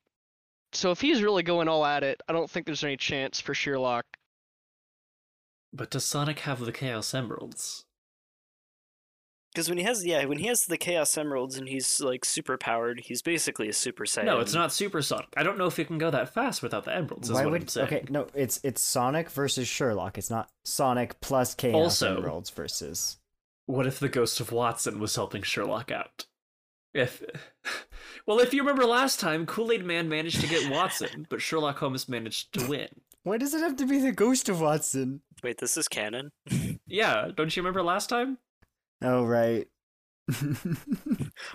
So if he's really going all at it, I don't think there's any chance for Sherlock.
But does Sonic have the Chaos Emeralds?
Because when he has yeah, when he has the Chaos Emeralds and he's like super powered, he's basically a Super Saiyan.
No, it's not supersonic. I don't know if it can go that fast without the emeralds. Is
Why
what
would
I'm saying.
okay? No, it's it's Sonic versus Sherlock. It's not Sonic plus Chaos
Also-
Emeralds versus.
What if the ghost of Watson was helping Sherlock out? If well, if you remember last time, Kool Aid Man managed to get Watson, but Sherlock Holmes managed to win.
Why does it have to be the Ghost of Watson?
Wait, this is canon.
Yeah, don't you remember last time?
Oh right.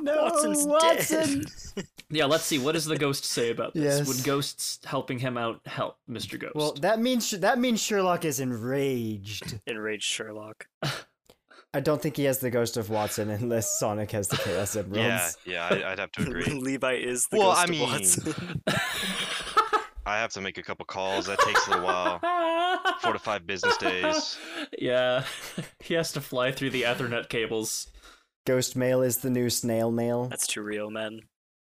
no,
Watson's
Watson.
dead.
Yeah, let's see. What does the ghost say about this?
Yes.
Would ghosts helping him out help Mr. Ghost?
Well, that means that means Sherlock is enraged.
Enraged Sherlock.
I don't think he has the Ghost of Watson unless Sonic has the Chaos Emeralds.
Yeah, yeah, I, I'd have to agree.
Levi is the
Well,
ghost
I
of
mean-
Watson.
I have to make a couple calls. That takes a little while. Four to five business days.
Yeah, he has to fly through the Ethernet cables.
Ghost mail is the new snail mail.
That's too real, man.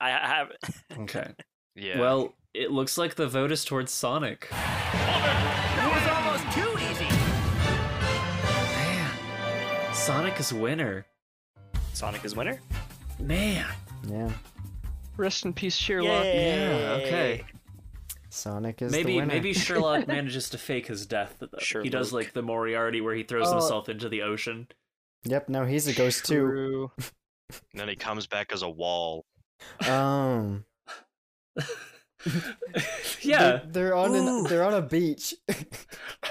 I I have
Okay.
Yeah.
Well, it looks like the vote is towards Sonic. Man, Sonic is winner.
Sonic is winner.
Man.
Yeah,
Rest in peace, Sherlock.
Yeah, okay.
Sonic is the
Maybe
winner.
maybe Sherlock manages to fake his death though. He does
Sherlock.
like the Moriarty where he throws
Oh.
himself into the ocean.
Yep, no, he's a ghost too.
True.
and then he comes back as a wall.
Um,
yeah.
they, are on an,
Ooh.
they're on a beach.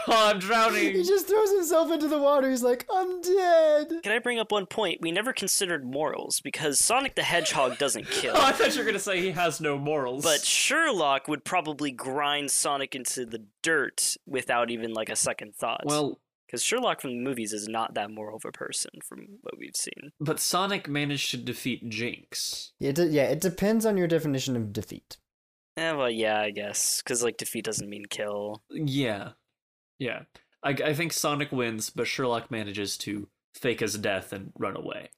Oh, I'm
he
drowning.
just throws himself into the water. He's like, I'm dead.
Can I bring up one point? We never considered morals because Sonic the Hedgehog doesn't kill.
Oh, I thought you were gonna say he has no morals.
But Sherlock would probably grind Sonic into the dirt without even like a second thought.
well,
because Sherlock from the movies is not that moral of a person from what we've seen.
but Sonic managed to defeat Jinx.
It de- yeah, it depends on your definition of defeat.
Eh, well, yeah, I guess because like defeat doesn't mean kill.
Yeah, yeah. I, I think Sonic wins, but Sherlock manages to fake his death and run away.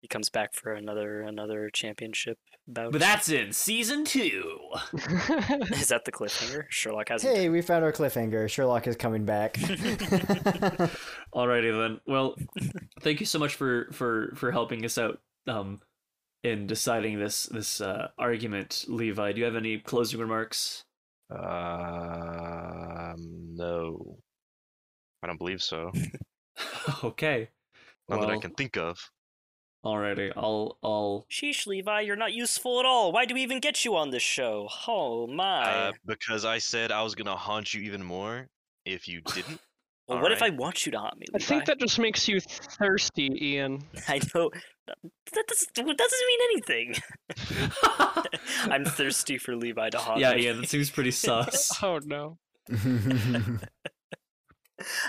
He comes back for another another championship bout.
But that's in season two.
is that the cliffhanger? Sherlock hasn't.
Hey, we found our cliffhanger. Sherlock is coming back.
Alrighty then. Well, thank you so much for for for helping us out um in deciding this this uh, argument, Levi. Do you have any closing remarks?
Um, no. I don't believe so.
okay.
None that I
Well-
can think of.
Alrighty. I'll I'll
Sheesh, Levi, you're not useful at all. Why do we even get you on this show? Oh my.
Uh, because I said I was gonna haunt you even more if you didn't.
well,
all
what if I
right.
want you to haunt me,
I
Levi?
think that just makes you thirsty, Ian.
I know. That doesn't, that doesn't mean anything. I'm thirsty for Levi to haunt
yeah,
me.
yeah, that seems pretty sus.
Oh no.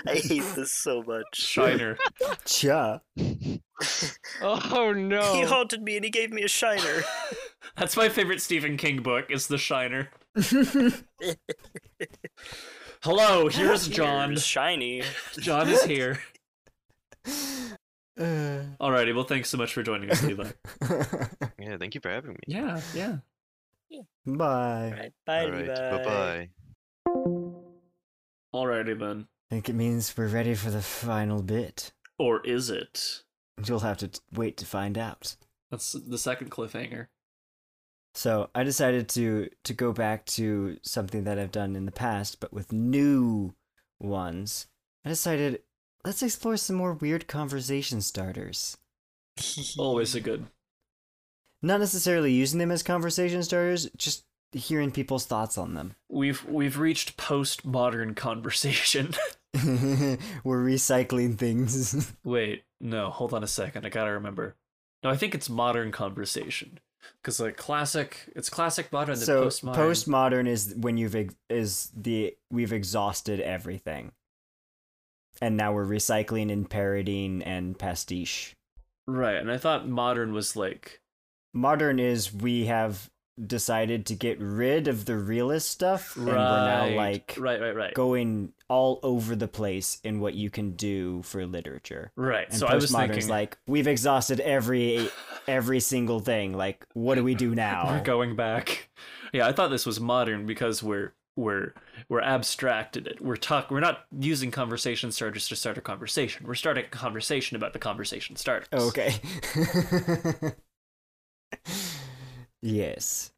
I hate this so much.
Shiner.
Cha.
Oh
He
no.
haunted me and he gave me a shiner.
That's my favorite Stephen King book. It's The Shiner. Hello, here's John.
Here's shiny.
John is here.
Uh,
Alrighty, well, thanks so much for joining us, Levi.
Yeah, thank you for having me.
Yeah, yeah.
Bye.
All right, bye,
All right,
Levi.
bye bye.
Alrighty then.
think it means we're ready for the final bit.
Or is it?
You'll have to t- wait to find out.
That's the second cliffhanger.
So I decided to to go back to something that I've done in the past, but with new ones. I decided let's explore some more weird conversation starters.
Always a good.
Not necessarily using them as conversation starters, just hearing people's thoughts on them.
We've we've reached postmodern conversation.
We're recycling things.
Wait, no, hold on a second. I gotta remember. No, I think it's modern conversation. Because like classic, it's classic modern. Then
so
postmodern.
postmodern is when you've ex- is the we've exhausted everything. And now we're recycling and parodying and pastiche.
right, and I thought modern was like
modern is we have decided to get rid of the realist stuff and
right,
we're now like
right, right, right,
going all over the place in what you can do for literature
right.
and
So I was
postmodern
thinking
is like we've exhausted every every single thing like what do we do
we're
now
going back. Yeah, I thought this was modern because we're we're we're abstracted it. We're talk. We're not using conversation starters to start a conversation. We're starting a conversation about the conversation starters.
Oh, okay yes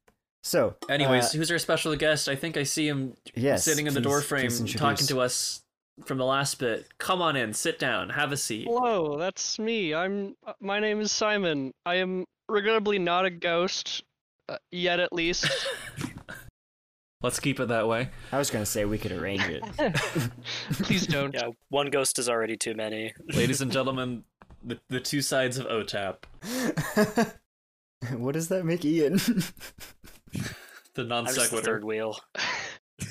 so
Anyways,
uh,
who's our special guest? I think I see him
yes
sitting in the
please- please
doorframe talking
introduce.
to us from the last bit. Come on in, sit down, have a seat.
Hello, that's me. I'm. uh, My name is Simon. I am regrettably not a ghost uh, yet, at least.
Let's keep it that way.
i was gonna say we could arrange it
Please don't.
Yeah, one ghost is already too many.
Ladies and gentlemen, the, the two sides of OTAP,
what does that make ian
the non
I'm just the
sequitur.
third wheel.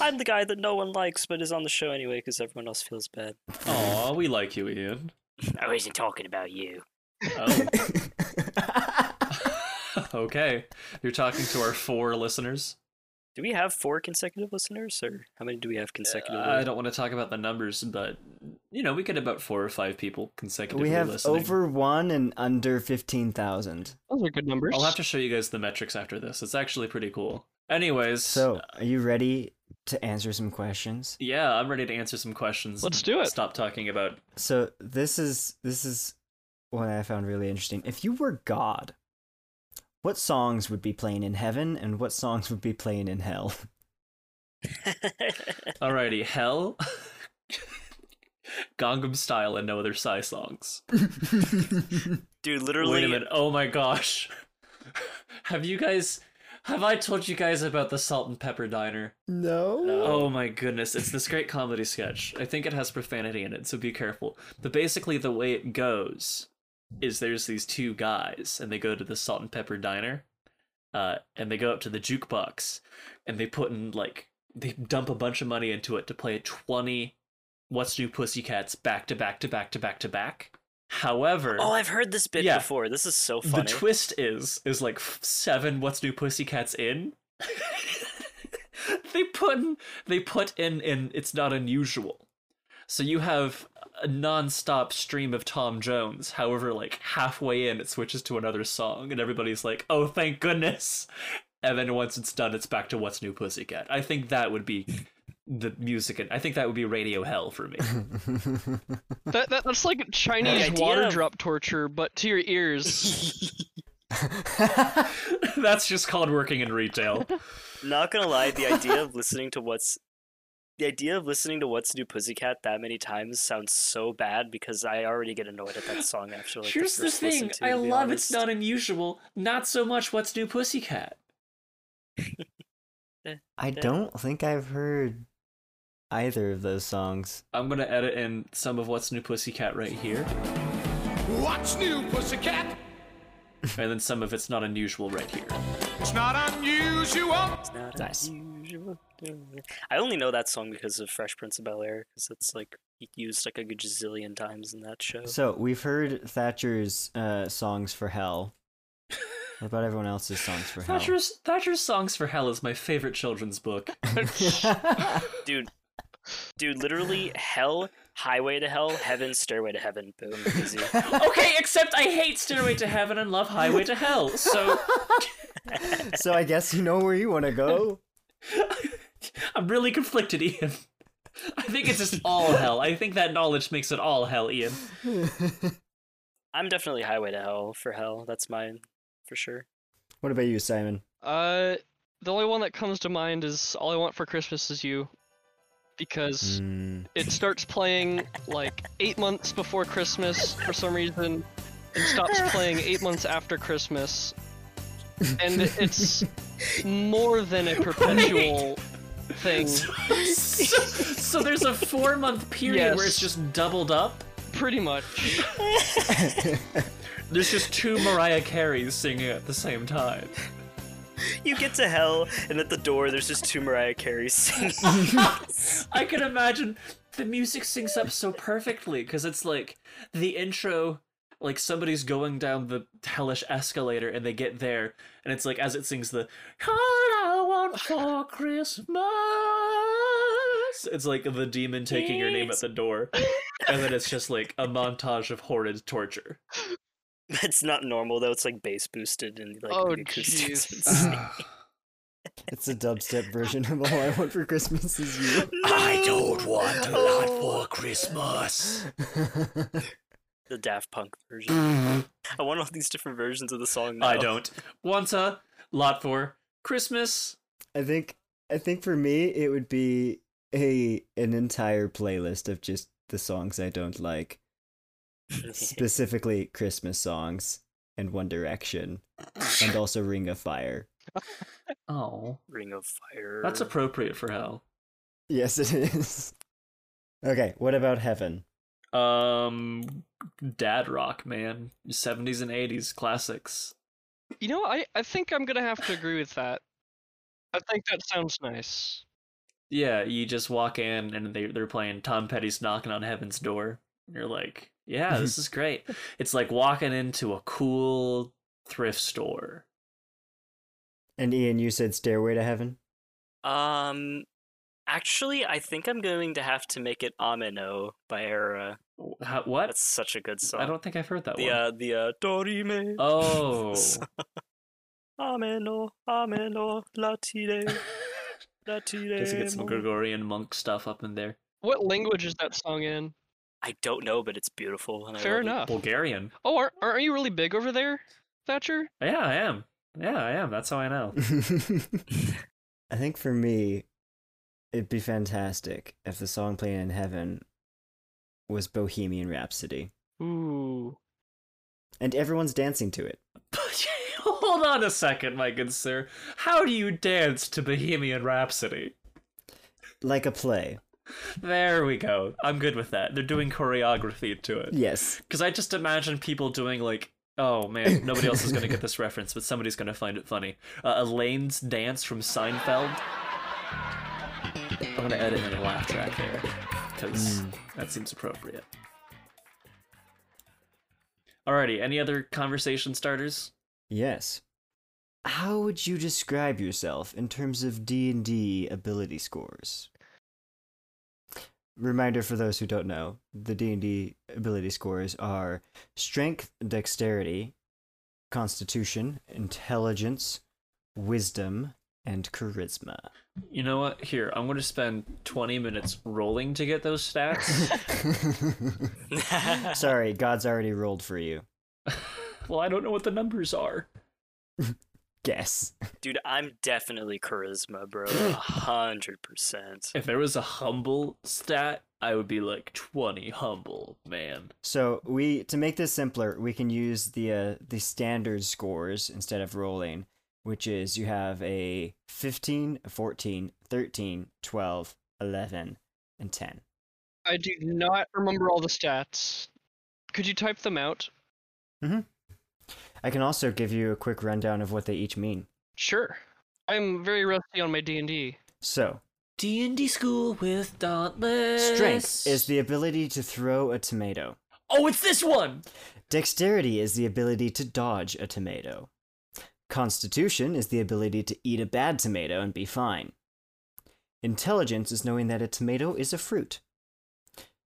I'm the guy that no one likes but is on the show anyway because everyone else feels bad.
Aw, we like you, Ian.
I wasn't talking about you.
Oh, okay. You're talking to our four listeners.
Do we have four consecutive listeners, or how many do we have consecutive?
Uh, I don't want to talk about the numbers, but you know, we get about four or five people consecutively
we have
listening.
over one and under 15,000.
Those are good numbers.
I'll have to show you guys the metrics after this. It's actually pretty cool. Anyways,
So, are you ready to answer some questions?
Yeah, I'm ready to answer some questions.
Let's
and
do it.
Stop talking about.
So, this is this is one I found really interesting. If you were God, what songs would be playing in heaven and what songs would be playing in hell?
Alrighty, hell, Gangnam Style, and no other Psy songs.
Dude,
Wait a
literally,
minute. Oh my gosh. have you guys have I told you guys about the salt and pepper diner?
No.
Oh my goodness, it's this great comedy sketch. I think it has profanity in it, so be careful. But basically the way it goes is there's these two guys and they go to the salt and pepper diner. Uh, and they go up to the jukebox and they put in like they dump a bunch of money into it to play 20 what's new pussycats back to back to back to back to back. However,
oh, I've heard this bit
Yeah.
before. This is so funny.
the twist is is like f- seven What's New Pussycats in. they put in, they put in in it's not unusual. So you have a non-stop stream of Tom Jones. However, like halfway in, it switches to another song, and everybody's like, "Oh, thank goodness!" And then once it's done, it's back to What's New Pussycat. I think that would be the music, and I think that would be radio hell for me.
That, that that's like Chinese
idea
water
of-
drop torture, but to your ears.
That's just called working in retail.
Not gonna lie, the idea of listening to what's the idea of listening to What's New Pussycat that many times sounds so bad because I already get annoyed at that song after like
Here's
the,
the
first listen
thing.
to,
I
to be
love it's
honest.
not unusual. Not so much what's new pussycat.
I don't think I've heard either of those songs.
I'm gonna edit in some of what's new pussycat right here,
What's new, pussycat?
and then some of it's not unusual right here.
It's not unusual.
Not
Nice.
unusual. I only know that song because of Fresh Prince of Bel Air because it's like used like a gazillion times in that show.
So we've heard Thatcher's uh, songs for hell. What about everyone else's songs for hell?
Thatcher's Thatcher's Songs for Hell is my favorite children's book.
Uh,
Dude, dude, literally hell, highway to hell, heaven, stairway to heaven. Boom, easy.
okay, except I hate Stairway to Heaven and love Highway to Hell. So
so I guess you know where you want to go.
I'm really conflicted, Ian. I think it's just all hell. I think that knowledge makes it all hell, Ian.
I'm definitely highway to hell for hell. That's mine for sure.
What about you, Simon?
uh, the only one that comes to mind is "All I Want for Christmas Is You," because
Hmm.
it starts playing like eight months before Christmas for some reason, and stops playing eight months after Christmas, and it's more than a perpetual thing.
So, so there's a four month period where it's
Yes.
just doubled up.
Pretty much.
There's just two Mariah Careys singing at the same time.
You get to hell, and at the door there's just two Mariah Carey singing.
I can imagine the music syncs up so perfectly because it's like the intro, like somebody's going down the hellish escalator and they get there, and it's like as it sings the "All I Want for Christmas," it's like the demon taking your name at the door, and then it's just like a montage of horrid torture.
It's not normal though. It's like bass boosted and like
Oh,
the acoustics.
jeez.
It's-
It's a dubstep version of All I Want for Christmas Is You.
I don't want to lot
Oh.
for Christmas.
the Daft Punk version. I want all these different versions of the song. Now.
Mm. I don't want a lot for Christmas.
I think I think for me it would be a an entire playlist of just the songs I don't like, specifically Christmas songs and One Direction, and also Ring of Fire.
Oh,
Ring of Fire.
that's appropriate for hell.
Yes, it is. Okay, what about Heaven?
Um, dad rock, man. 70s and 80s classics.
You know, I, I think I'm gonna have to agree with that. I think that sounds nice.
Yeah, you just walk in and they they're playing Tom Petty's knocking on heaven's door. You're like, yeah, this is great. It's like walking into a cool thrift store.
And Ian, you said Stairway to Heaven.
Um, actually, I think I'm going to have to make it Ameno by Era.
How, what?
That's such a good song.
I don't think I've heard that
the
one.
uh, the uh, Dorime.
oh,
Ameno, Ameno, Latide, Latide.
does it get some Gregorian monk stuff up in there?
What language is that song in?
I don't know, but it's beautiful. And I
Fair
love it.
enough.
Bulgarian.
Oh, aren't, aren't you really big over there, Thatcher?
Yeah, I am. Yeah, I am. That's how I know.
I think for me, it'd be fantastic if the song playing in Heaven was Bohemian Rhapsody.
Ooh.
and everyone's dancing to it.
Hold on a second, my good sir. How do you dance to Bohemian Rhapsody?
Like a play.
There we go. I'm good with that. They're doing choreography to it.
Yes.
Because I just imagine people doing like, oh man, nobody else is going to get this reference, but somebody's going to find it funny. Uh, Elaine's dance from Seinfeld. I'm going to edit in a laugh track there because that seems appropriate. Alrighty, any other conversation starters?
Yes. How would you describe yourself in terms of D&D ability scores? Reminder for those who don't know, the D&D ability scores are strength, dexterity, constitution, intelligence, wisdom, and charisma.
You know what? Here, I'm going to spend 20 minutes rolling to get those stats.
Sorry, God's already rolled for you.
well, I don't know what the numbers are.
Guess.
Dude, I'm definitely charisma, bro. A hundred percent.
If there was a humble stat, I would be like 20 humble, man.
So we to make this simpler, we can use the uh, the standard scores instead of rolling, which is you have a 15, a 14, 13, 12, 11, and 10.
I do not remember all the stats. Could you type them out?
I can also give you a quick rundown of what they each mean.
Sure. I'm very rusty on my D&D.
So,
D&D school with Dauntless.
strength is the ability to throw a tomato.
Oh, it's this one!
Dexterity is the ability to dodge a tomato. Constitution is the ability to eat a bad tomato and be fine. Intelligence is knowing that a tomato is a fruit.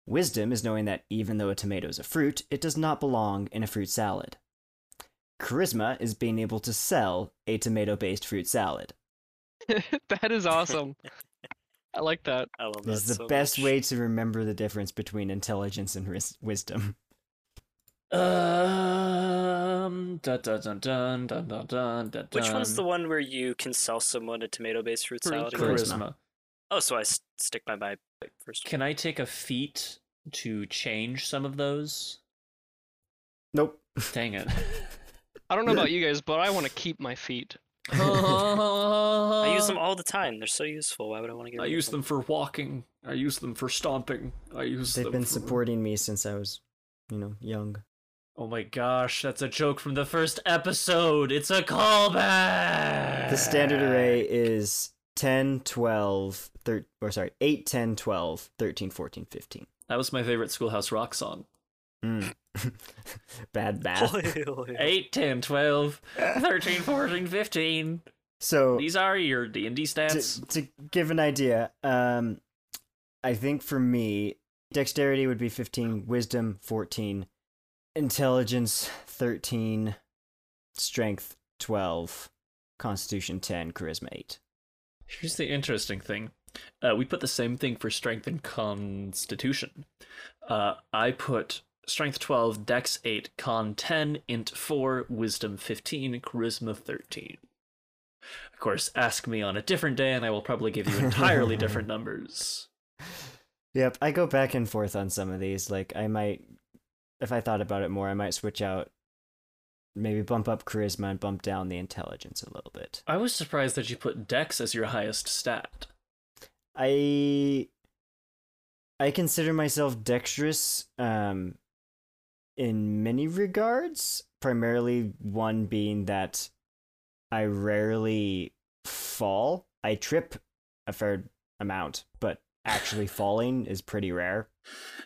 Wisdom is knowing that even though a tomato is a fruit, it does not belong in a fruit salad. Charisma is being able to sell a tomato based fruit salad.
that is awesome. I like that.
I love that
This is the
so
best
much.
way to remember the difference between intelligence and ris- wisdom.
Um, dun dun dun dun dun dun dun dun.
Which one's the one where you can sell someone a tomato-based fruit salad?
Correct.
again?
Charisma.
charisma?
Oh, so I s- stick by my first.
Can I take a feat to change some of those?
Nope.
Dang it.
I don't know about you guys, but I want to keep my feet.
I
I
use them all the time. They're so useful. Why would I want to get?
I
rid of
use them for walking. I use them for stomping. I use
They've
them
been
for-
supporting me since I was, you know, young.
Oh my gosh, that's a joke from the first episode. It's a callback.
The
Uh,
standard array is 10, 12, thir- or sorry, 8, 10, 12, 13, 14, 15.
That was my favorite Schoolhouse Rock song.
Mm. Bad math.
them?
8, 10, 12, 13, 14, 15.
So
These are your D&D stats.
to, to give an idea, um, I think for me, dexterity would be 15, wisdom 14, intelligence 13, strength 12, constitution 10, charisma 8.
Here's the interesting thing. Uh, we put the same thing for strength and constitution. Uh, I put strength 12, dex 8, con 10, int 4, wisdom 15, charisma 13. Of course, ask me on a different day and I will probably give you entirely different numbers.
Yep, I go back and forth on some of these. Like, I might, if I thought about it more, I might switch out, maybe bump up charisma and bump down the intelligence a little bit.
I was surprised that you put dex as your highest stat.
I I consider myself dexterous um in many regards, primarily one being that I rarely fall. I trip a fair amount, but actually falling is pretty rare.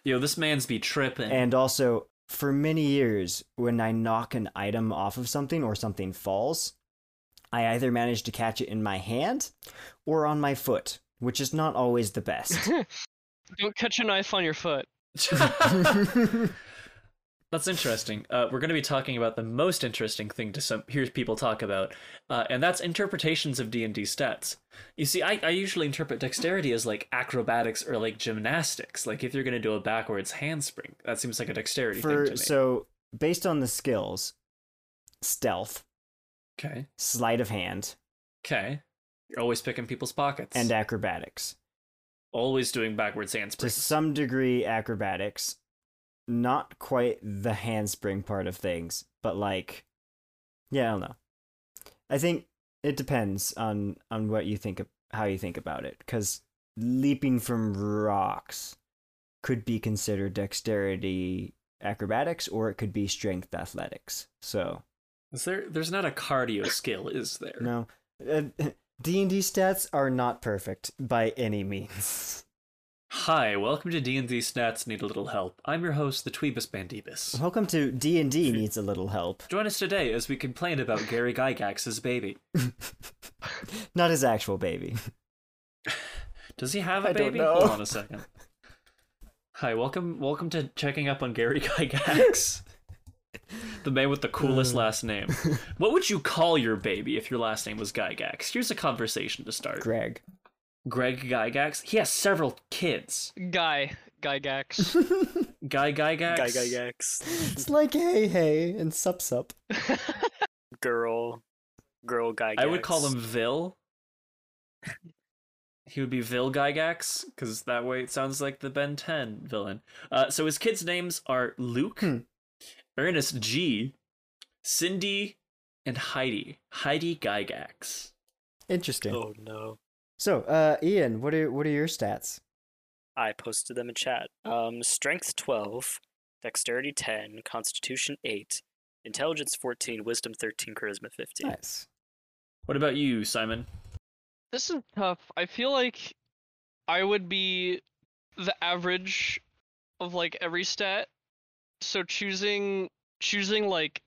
Yo, this man's be tripping.
And also, for many years, when I knock an item off of something or something falls, I either manage to catch it in my hand or on my foot, which is not always the best.
Don't catch a knife on your foot.
That's interesting. Uh, we're going to be talking about the most interesting thing to some hear people talk about, uh, and that's interpretations of D and D stats. You see, I, I usually interpret dexterity as like acrobatics or like gymnastics. Like if you're going to do a backwards handspring, that seems like a dexterity thing to
for
me.
so based on the skills, stealth,
okay,
sleight of hand,
okay, you're always picking people's pockets
and uh, acrobatics.
always doing backwards
To
handsprings.
some degree, acrobatics. not quite the handspring part of things, but like, yeah, I don't know. I think it depends on on what you think of how you think about it, because leaping from rocks could be considered dexterity acrobatics, or it could be strength athletics. So
Is there? There's not a cardio skill, is there?
no, uh, D and D stats are not perfect by any means.
Hi, welcome to D and D Stats Need a Little Help. I'm your host, the Tweebus Bandibus.
Welcome to D and D needs a little help.
Join us today as we complain about Gary Gygax's baby.
Not his actual baby.
Does he have a
I don't
baby?
know.
Hold on a second. Hi, welcome, welcome to checking up on Gary Gygax, the man with the coolest
Uh.
last name. What would you call your baby if your last name was Gygax? Here's a conversation to start.
Greg.
Greg Gygax. He has several kids.
Guy, Gygax.
Guy Gygax.
Guy, guy, gax.
It's like hey hey and sup sup.
Girl, girl, guy.
I would call
gax.
him Vil. he would be Vil Gygax, because that way it sounds like the Ben 10 villain. Uh, so his kids' names are Luke,
Hmm.
Ernest G, Cindy, and Heidi. Heidi Gygax.
Interesting.
Oh no.
So, uh, Ian, what are what are your stats?
I posted them in chat. Um, strength 12, dexterity 10, constitution 8, intelligence 14, wisdom 13, charisma 15.
Nice.
What about you, Simon?
this is tough. I feel like I would be the average of like every stat. So choosing choosing like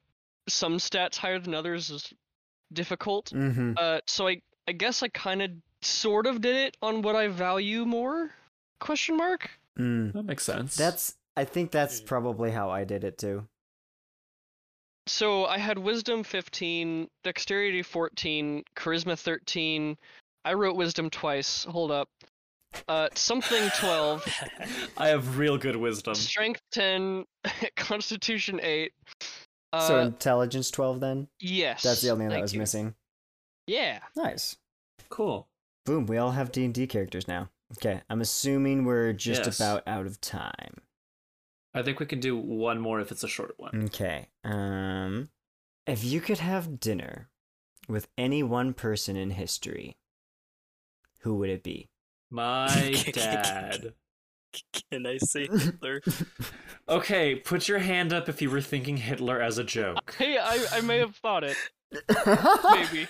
some stats higher than others is difficult.
Mm-hmm.
Uh, so I I guess I kind of sort of did it on what I value more? Question mark.
Mm.
That makes sense.
That's. I think that's probably how I did it too.
So I had wisdom 15, dexterity 14, charisma 13. I wrote wisdom twice. Hold up. Uh, something 12,
I have real good wisdom.
strength 10, constitution 8. Uh,
so intelligence twelve. Then
yes.
that's the only thing that
thank
was
you.
missing.
Yeah.
Nice.
Cool.
Boom. We all have D and D characters now. Okay. I'm assuming we're just
Yes.
about out of time.
I think we can do one more if it's a short one.
Okay. Um, if you could have dinner with any one person in history, who would it be?
My dad.
Can I say Hitler?
Okay, put your hand up if you were thinking Hitler as a joke.
Hey, I, I may have thought it. Maybe.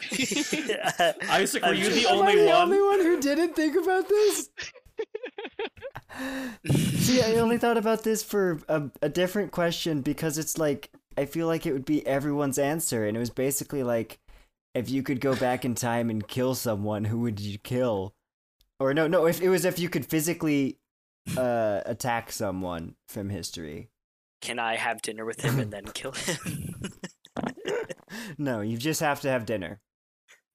Yeah,
Isaac, were
I'm
you the
just-
Am I
only
the
one?
only one who didn't think about this? See, I only thought about this for a, a different question because it's like I feel like it would be everyone's answer, and it was basically like if you could go back in time and kill someone, who would you kill? Or no, no, if it was if you could physically uh, attack someone from history.
Can I have dinner with him and then kill him?
No, you just have to have dinner.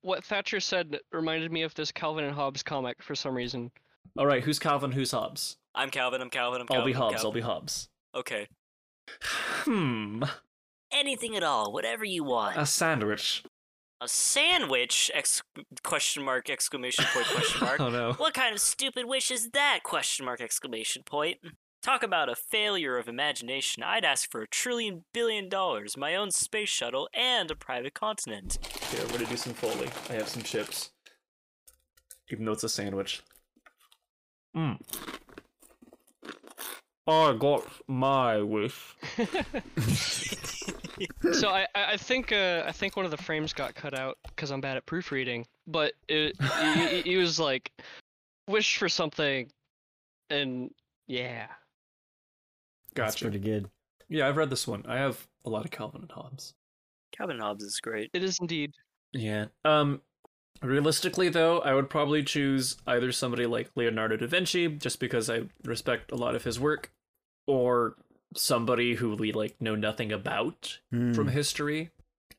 what Thatcher said reminded me of this Calvin and Hobbes comic for some reason.
All right, who's Calvin? Who's Hobbes?
I'm Calvin. I'm Calvin. I'm Calvin.
I'll be
I'm
Hobbes. I'll
Calvin.
be Hobbes.
Okay.
Hmm.
Anything at all, whatever you want.
A sandwich.
a sandwich? Ex- question mark! Exclamation point! Question mark!
oh no.
What kind of stupid wish is that? Question mark exclamation point. Talk about a failure of imagination. I'd ask for a trillion billion dollars, my own space shuttle, and a private continent.
Here, I'm gonna do some Foley. I have some chips. Even though it's a sandwich. Mmm. I got my wish.
so I, I I think uh, I think one of the frames got cut out because I'm bad at proofreading. But it, he, he- he was like, wish for something, and yeah,
That's
Gotcha.
pretty good.
Yeah, I've read this one. I have a lot of Calvin and Hobbes.
Calvin Hobbes is great.
it is indeed.
Yeah. Um realistically though, I would probably choose either somebody like Leonardo da Vinci just because I respect a lot of his work or somebody who we like know nothing about from
Hmm.
history.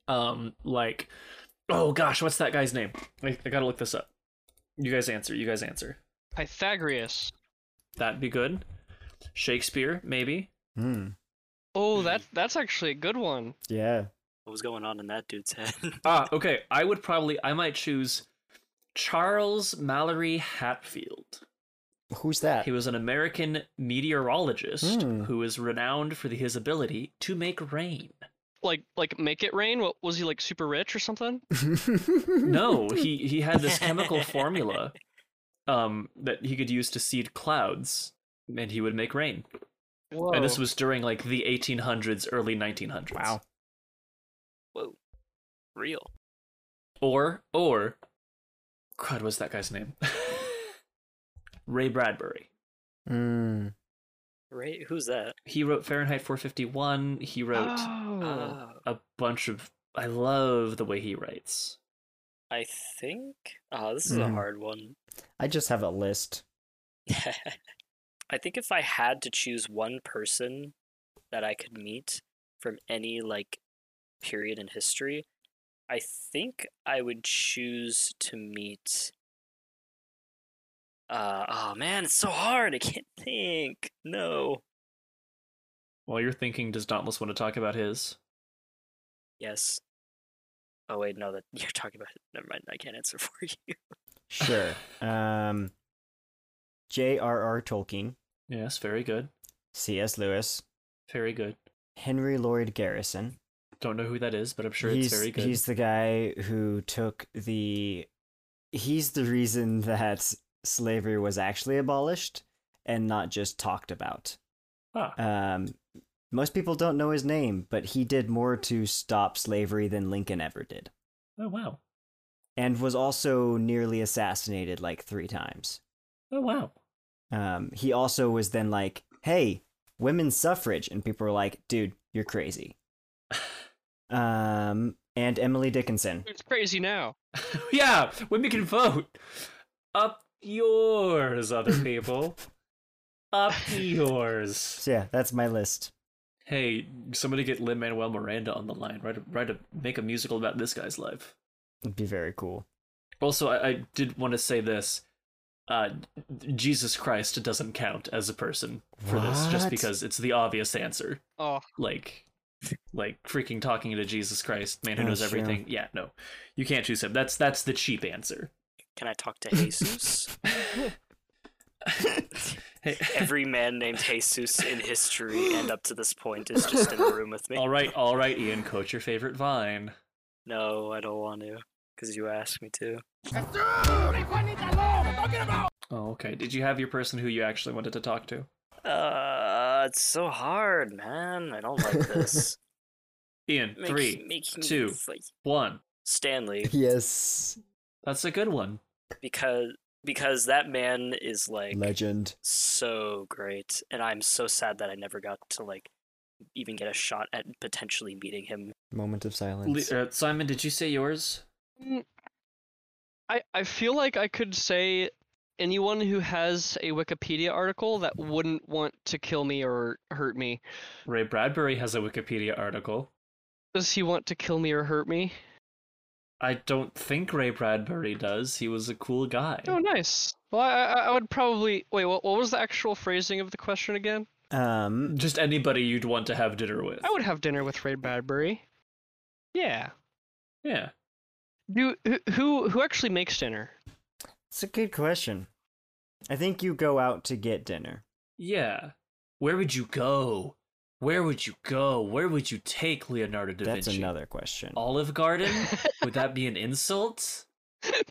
Um like oh gosh, what's that guy's name? I, I got to look this up. You guys answer. You guys answer.
Pythagoras.
That'd be good. Shakespeare maybe.
Hmm.
Oh, that that's actually a good one.
Yeah.
What was going on in that dude's head?
Ah, okay. I would probably I might choose Charles Mallory Hatfield.
Who's that?
He was an American meteorologist
Hmm.
who is renowned for his ability to make rain.
Like like make it rain? What was he like super rich or something?
No, he he had this chemical formula um that he could use to seed clouds and he would make rain.
Whoa.
And this was during like the 1800s, early 1900s.
Wow.
Whoa. Real.
Or or God, what's that guy's name? Ray Bradbury.
Mm.
Right? Who's that?
He wrote Fahrenheit 451. He wrote
Oh.
Hmm.
Ah,
a bunch of I love the way he writes.
I think. Ah, this is a
Mm.
Hmm.
hard one.
I just have a list.
I think if I had to choose one person that I could meet from any like period in history, I think I would choose to meet. Uh, oh man, it's so hard. I can't think. No.
While you're thinking, does Dauntless want to talk about his?
Yes. Oh wait, no. That you're talking about. Never mind. I can't answer for you.
Sure. um, J.R.R. Tolkien,
Yes, very good.
C.S. Lewis,
Very good.
Henry Lloyd Garrison.
Don't know who that is, but I'm sure
he's,
it's very good.
He's the guy who took the. He's the reason that slavery was actually abolished and not just talked about.
Ah.
Um, most people don't know his name, but he did more to stop slavery than Lincoln ever did,
Oh wow.
and was also nearly assassinated like three times.
Oh wow.
Um, he also was then like, "Hey, women's suffrage," and people were like, "Dude, you're crazy." um, and Emily Dickinson.
Hmm.
It's crazy now.
yeah, women can vote. Up yours, other people. Up yours.
So yeah, that's my list.
Hey, somebody get Lin Manuel Miranda on the line. Write a, write a make a musical about this guy's life.
It'd be very cool.
Also, I, I did want to say this. Uh, Jesus Christ doesn't count as a person for this, just
What?
because it's the obvious answer.
Oh,
Like, like freaking talking to Jesus Christ, man who
Oh,
knows
sure.
everything. Yeah, no, you can't choose him. That's that's the cheap answer.
Can I talk to Jesus?
Hey,
Every man named Jesus in history and up to this point is just in the room with me.
all right, all right, Ian, coach your favorite vine.
No, I don't want to, because you asked me to.
Oh, okay. Did you have your person who you actually wanted to talk to?
Uh, it's so hard, man. I don't like this.
Ian,
Make-
three,
making me
two.
fight.
one.
Stanley,
Yes,
That's a good one.
because because that man is like
legend.
so great, and I'm so sad that I never got to like even get a shot at potentially meeting him.
Moment of
Le-
silence.
uh, Simon, did you say yours?
Mm. I I feel like I could say anyone who has a Wikipedia article that wouldn't want to kill me or hurt me.
Ray Bradbury has a Wikipedia article.
Does he want to kill me or hurt me?
I don't think Ray Bradbury does. He was a cool guy.
Oh, nice. Well, I, I I would probably wait. What what was the actual phrasing of the question again?
Um,
Just anybody you'd want to have dinner with.
I would have dinner with Ray Bradbury. Yeah.
Yeah.
Do who who, who actually makes dinner?
it's a good question. I think you go out to get dinner.
Yeah. Where would you go? Where would you go? Where would you take Leonardo da
That's
Vinci?
another question.
Olive Garden? would that be an insult?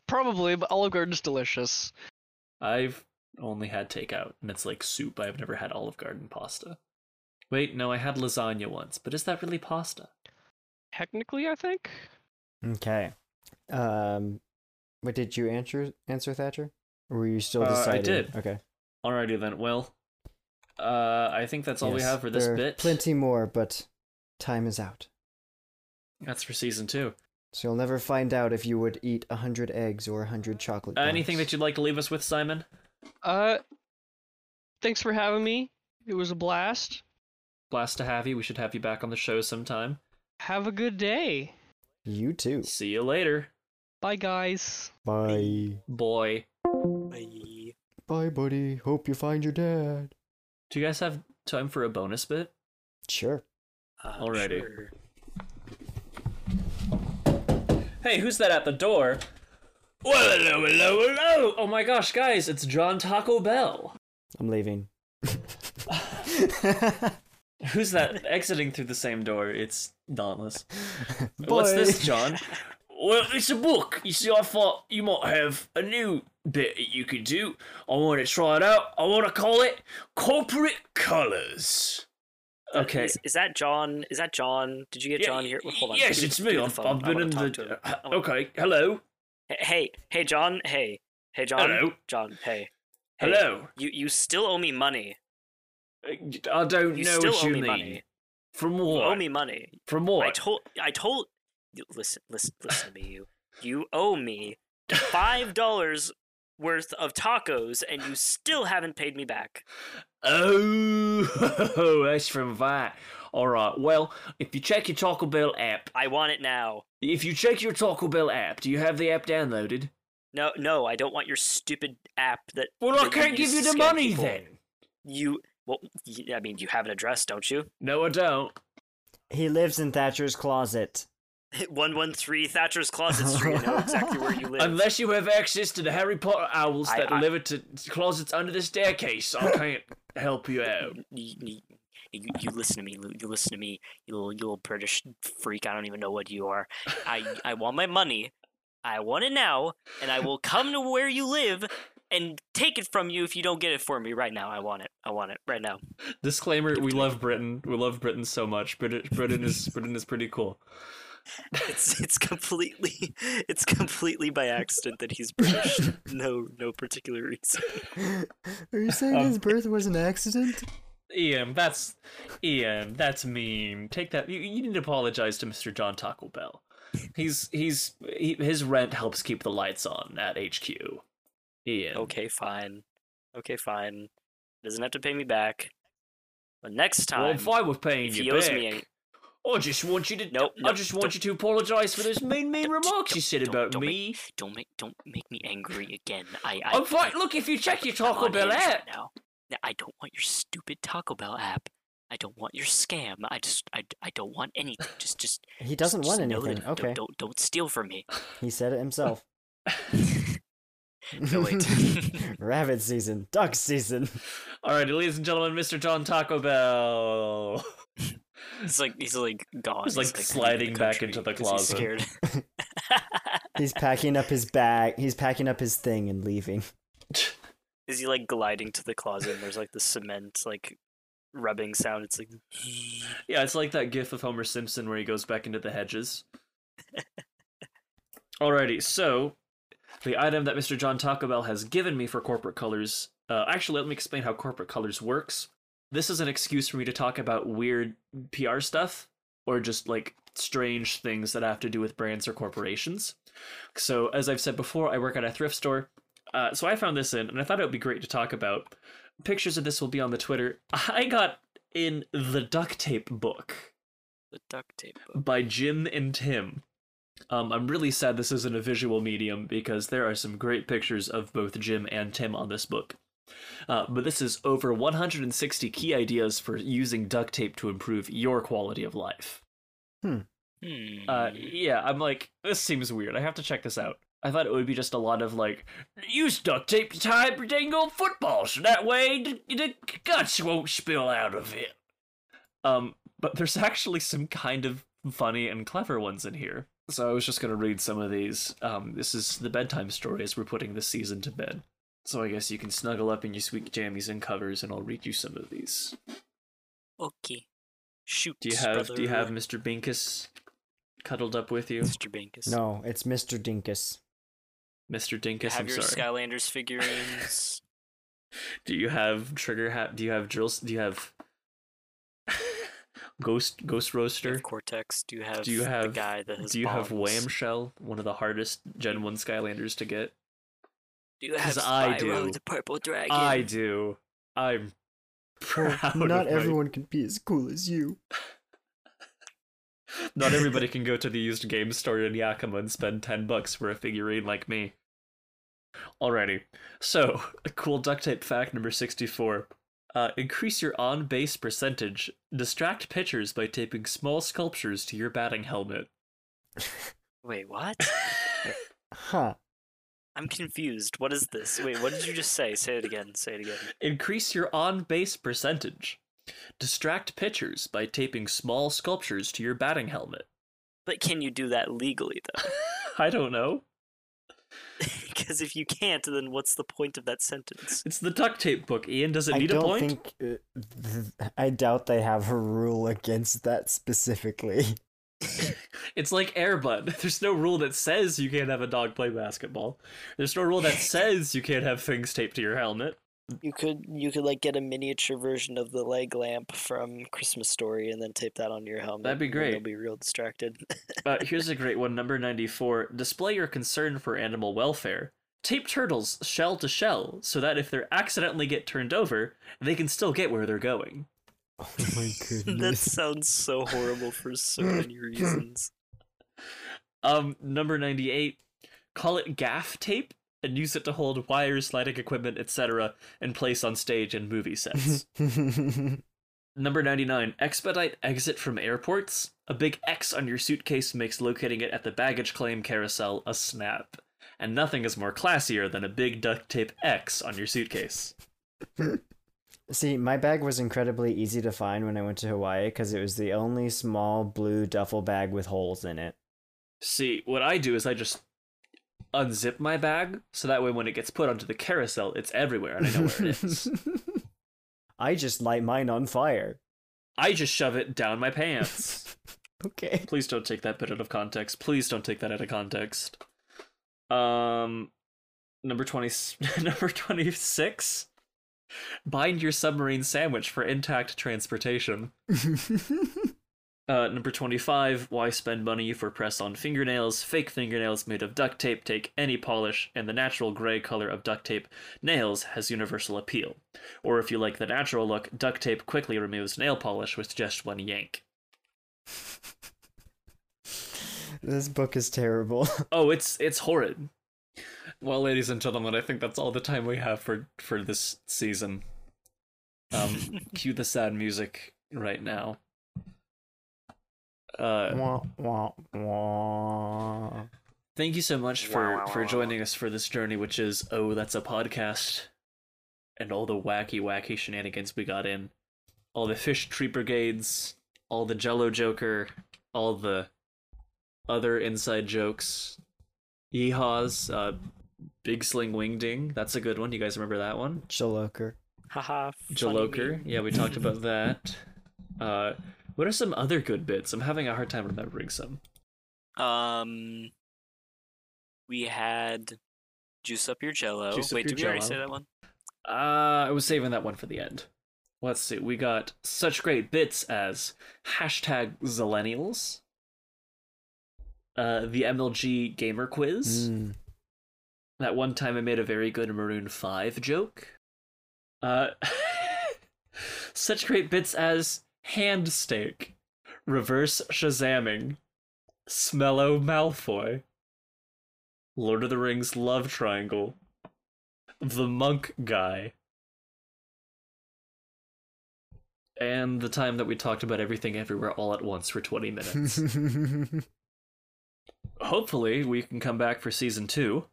Probably, but Olive Garden's delicious.
I've only had takeout, and it's like soup. I've never had Olive Garden pasta. Wait, no, I had lasagna once, but is that really pasta?
Technically, I think.
Okay. Um, what did you answer? Answer Thatcher? Or were you still
Uh, I
deciding?
did.
Okay.
Alrighty then. Well, uh, I think that's all we
Yes,
have for this
there are
bit.
Plenty more, but time is out.
That's for season two.
So you'll never find out if you would eat a hundred eggs or a hundred chocolate.
Uh, anything
bars.
that you'd like to leave us with, Simon?
Uh, thanks for having me. It was a blast.
Blast to have you. We should have you back on the show sometime.
Have a good day.
you too.
See you later,
Bye, guys.
Bye.
boy.
Bye.
Bye, buddy. Hope you find your dad.
Do you guys have time for a bonus bit?
Sure.
Uh,
Alrighty.
sure.
Hey, who's that at the door? Whoa, hello, hello, hello! Oh my gosh, guys, it's John Taco Bell.
I'm leaving.
Who's that exiting through the same door? It's Dauntless. What's this, John? Well, it's a book. You see, I thought you might have a new bit that you could do. I want to try it out. I want to call it Corporate Colors. Okay.
Uh, Is, is that John? Is that John? Did you get
Yeah,
John here? Well, Hold on.
Yes,
Give me-
it's
give
me.
the
I've,
phone.
I've
I
been
wanna
in
talk
the. uh,
to him. I wanna-
okay, hello.
Hey, hey, John. Hey, hey, John.
Hello.
John. Hey. Hey,
Hello.
You you still owe me money.
I don't
You
know
still
what
owe
you
me
mean.
money.
From
You
what?
owe me money.
From
I
what?
told I told you- listen listen listen to me you. You owe me five dollars worth of tacos and you still haven't paid me back.
oh, that's from that. All right. Well, if you check your Taco Bell app,
I want it now.
if you check your Taco Bell app, do you have the app downloaded?
No no, I don't want your stupid app that
Well, I
that you
can't give
use
you
to
the
scam
money
people.
then.
You well y- I mean you have an address, don't you?
No, I don't.
He lives in Thatcher's closet.
One one three Thatcher's Closet Street. I know exactly where you live.
Unless you have access to the Harry Potter owls
I-
that
I-
deliver to closets under the staircase, I can't help you out.
you, you, you, you listen to me, Lou, you listen to me, you little, you little British freak. I don't even know what you are. I, I want my money. I want it now, and I will come to where you live and take it from you if you don't get it for me right now. I want it. I want it right now.
Disclaimer: We love Britain. We love Britain so much. Britain, Britain is Britain is pretty cool.
It's it's completely it's completely by accident that he's British. No no particular reason.
Are you saying
Um,
his birth was an accident?
Ian, that's Ian, that's mean. Take that. You, you need to apologize to Mr. John Taco Bell. He's he's he, his rent helps keep the lights on at HQ. Ian,
Okay, fine. Okay, fine. Doesn't have to pay me back. But next time
well, if I were paying
if
you
he
back,
owes me any-
I just want you to.
Nope,
I
nope,
just want you to apologize for those mean, mean
Don't-
remarks you said
don't-
about
don't
me.
make- don't make don't make me angry again. I I,
I'm fine. Look, if you check your
I'm
Taco
on
Bell
edge right
app,
now. No, I don't want your stupid Taco Bell app. I don't want your scam. I just I, I don't want anything. Just just
He doesn't
just
want
know that
anything.
don't-
Okay.
Don't, don't steal from me.
He said it himself.
No wait.
Rabbit season, duck season.
alrighty, ladies and gentlemen, Mr. John Taco Bell.
it's like he's like gone.
He's, like,
leaving the
sliding back
country
into the
'cause he's
closet.
scared.
He's packing up his bag. He's packing up his thing and leaving.
Is he like gliding to the closet and there's like the cement like rubbing sound? It's like
Yeah, it's like that gif of Homer Simpson where he goes back into the hedges. Alrighty, so the item that Mr. John Taco Bell has given me for corporate colors. Uh, actually, let me explain how corporate colors works. This is an excuse for me to talk about weird PR stuff or just like strange things that have to do with brands or corporations. So, as I've said before, I work at a thrift store. Uh, so I found this in, and I thought it would be great to talk about. Pictures of this will be on the Twitter. I got in the duct tape book
the duct tape. book.
by Jim and Tim. Um, I'm really sad this isn't a visual medium because there are some great pictures of both Jim and Tim on this book. Uh, but this is over 160 key ideas for using duct tape to improve your quality of life.
Hmm.
Uh, yeah, I'm like, this seems weird. I have to check this out. I thought it would be just a lot of like, use duct tape to tie up your dang old football, so that way the, the guts won't spill out of it. Um, but there's actually some kind of funny and clever ones in here. So I was just gonna read some of these. Um, this is the bedtime story as we're putting this season to bed. So I guess you can snuggle up in your sweet jammies and covers, and I'll read you some of these.
Okay. Shoot.
Do you have Do you have
brother.
Mr. Binkus cuddled up with you,
Mr. Binkus?
No, it's Mr. Dinkus.
Mr.
You
Dinkus?
have
I'm
your
sorry.
Skylanders figurines.
Do you have trigger hat? Do you have drills? Do you have ghost ghost
do you
roaster?
have Cortex. Do you have?
Do you
the
have-
guy that has?
Do you have
bombs?
Whamshell? One of the hardest Gen One Skylanders to get.
Do you have
'Cause I
Spyro
do.
the Purple Dragon?
I do. I'm proud. of
Not
my-
everyone can be as cool as you.
Not everybody can go to the used game store in Yakima and spend ten bucks for a figurine like me. Alrighty. So, a cool duct tape fact number sixty-four. Uh, increase your on-base percentage. Distract pitchers by taping small sculptures to your batting helmet.
Wait, what?
Huh.
I'm confused. What is this? Wait, what did you just say? Say it again. Say it again.
Increase your on base percentage. Distract pitchers by taping small sculptures to your batting helmet.
But can you do that legally though?
I don't know.
Because if you can't, then what's the point of that sentence?
It's the duct tape book, Ian. Does it
I
need a
don't
point?
think. uh, th- I doubt they have a rule against that specifically.
It's like Airbud. There's no rule that says you can't have a dog play basketball. There's no rule that says you can't have things taped to your helmet.
You could you could like get a miniature version of the leg lamp from Christmas Story and then tape that on your helmet.
That'd be
and then
great.
They'll be real distracted.
Uh, here's a great one, number 94. Display your concern for animal welfare. Tape turtles shell to shell so that if they are accidentally get turned over, they can still get where they're going.
Oh my
that
goodness.
sounds so horrible for so many reasons.
Um, number 98. Call it gaff tape and use it to hold wires, lighting equipment, etc., and place on stage and movie sets. Number 99, expedite exit from airports. A big X on your suitcase makes locating it at the baggage claim carousel a snap. And nothing is more classier than a big duct tape X on your suitcase.
See, my bag was incredibly easy to find when I went to Hawaii because it was the only small blue duffel bag with holes in it.
See, what I do is I just unzip my bag so that way when it gets put onto the carousel, it's everywhere and I know where it is.
I just light mine on fire.
I just shove it down my pants.
Okay.
Please don't take that bit out of context. Please don't take that out of context. Um, number twenty, number twenty-six. Bind your submarine sandwich for intact transportation. Uh, number twenty-five. Why spend money for press-on fingernails? Fake fingernails made of duct tape take any polish, and the natural gray color of duct tape nails has universal appeal. Or if you like the natural look, duct tape quickly removes nail polish with just one yank.
this book is terrible.
Oh, it's it's horrid. Well, ladies and gentlemen, I think that's all the time we have for for this season. Um, cue the sad music right now. Uh,
wah, wah, wah.
thank you so much
Wow,
for
wow,
for
wow,
joining us for this journey, which is oh, that's a podcast, and all the wacky wacky shenanigans we got in, all the fish tree brigades, all the Jello Joker, all the other inside jokes, yeehaws, uh, big sling wing ding. That's a good one. You guys remember that one?
Jaloker.
Haha. funny
Jaloker.
meme.
Yeah, we talked about that. Uh, what are some other good bits? I'm having a hard time remembering some.
Um, we had juice up your Jello.
Juice up
Wait,
your
did we already say
Jell-O.
that one?
Uh, I was saving that one for the end. Let's see. We got such great bits as hashtag Zillennials, uh, the MLG gamer quiz.
Mm.
That one time I made a very good Maroon 5 joke. Uh, such great bits as hand steak, reverse shazamming, smello Malfoy, Lord of the Rings love triangle, the monk guy, and the time that we talked about everything everywhere all at once for 20 minutes. Hopefully, we can come back for season two.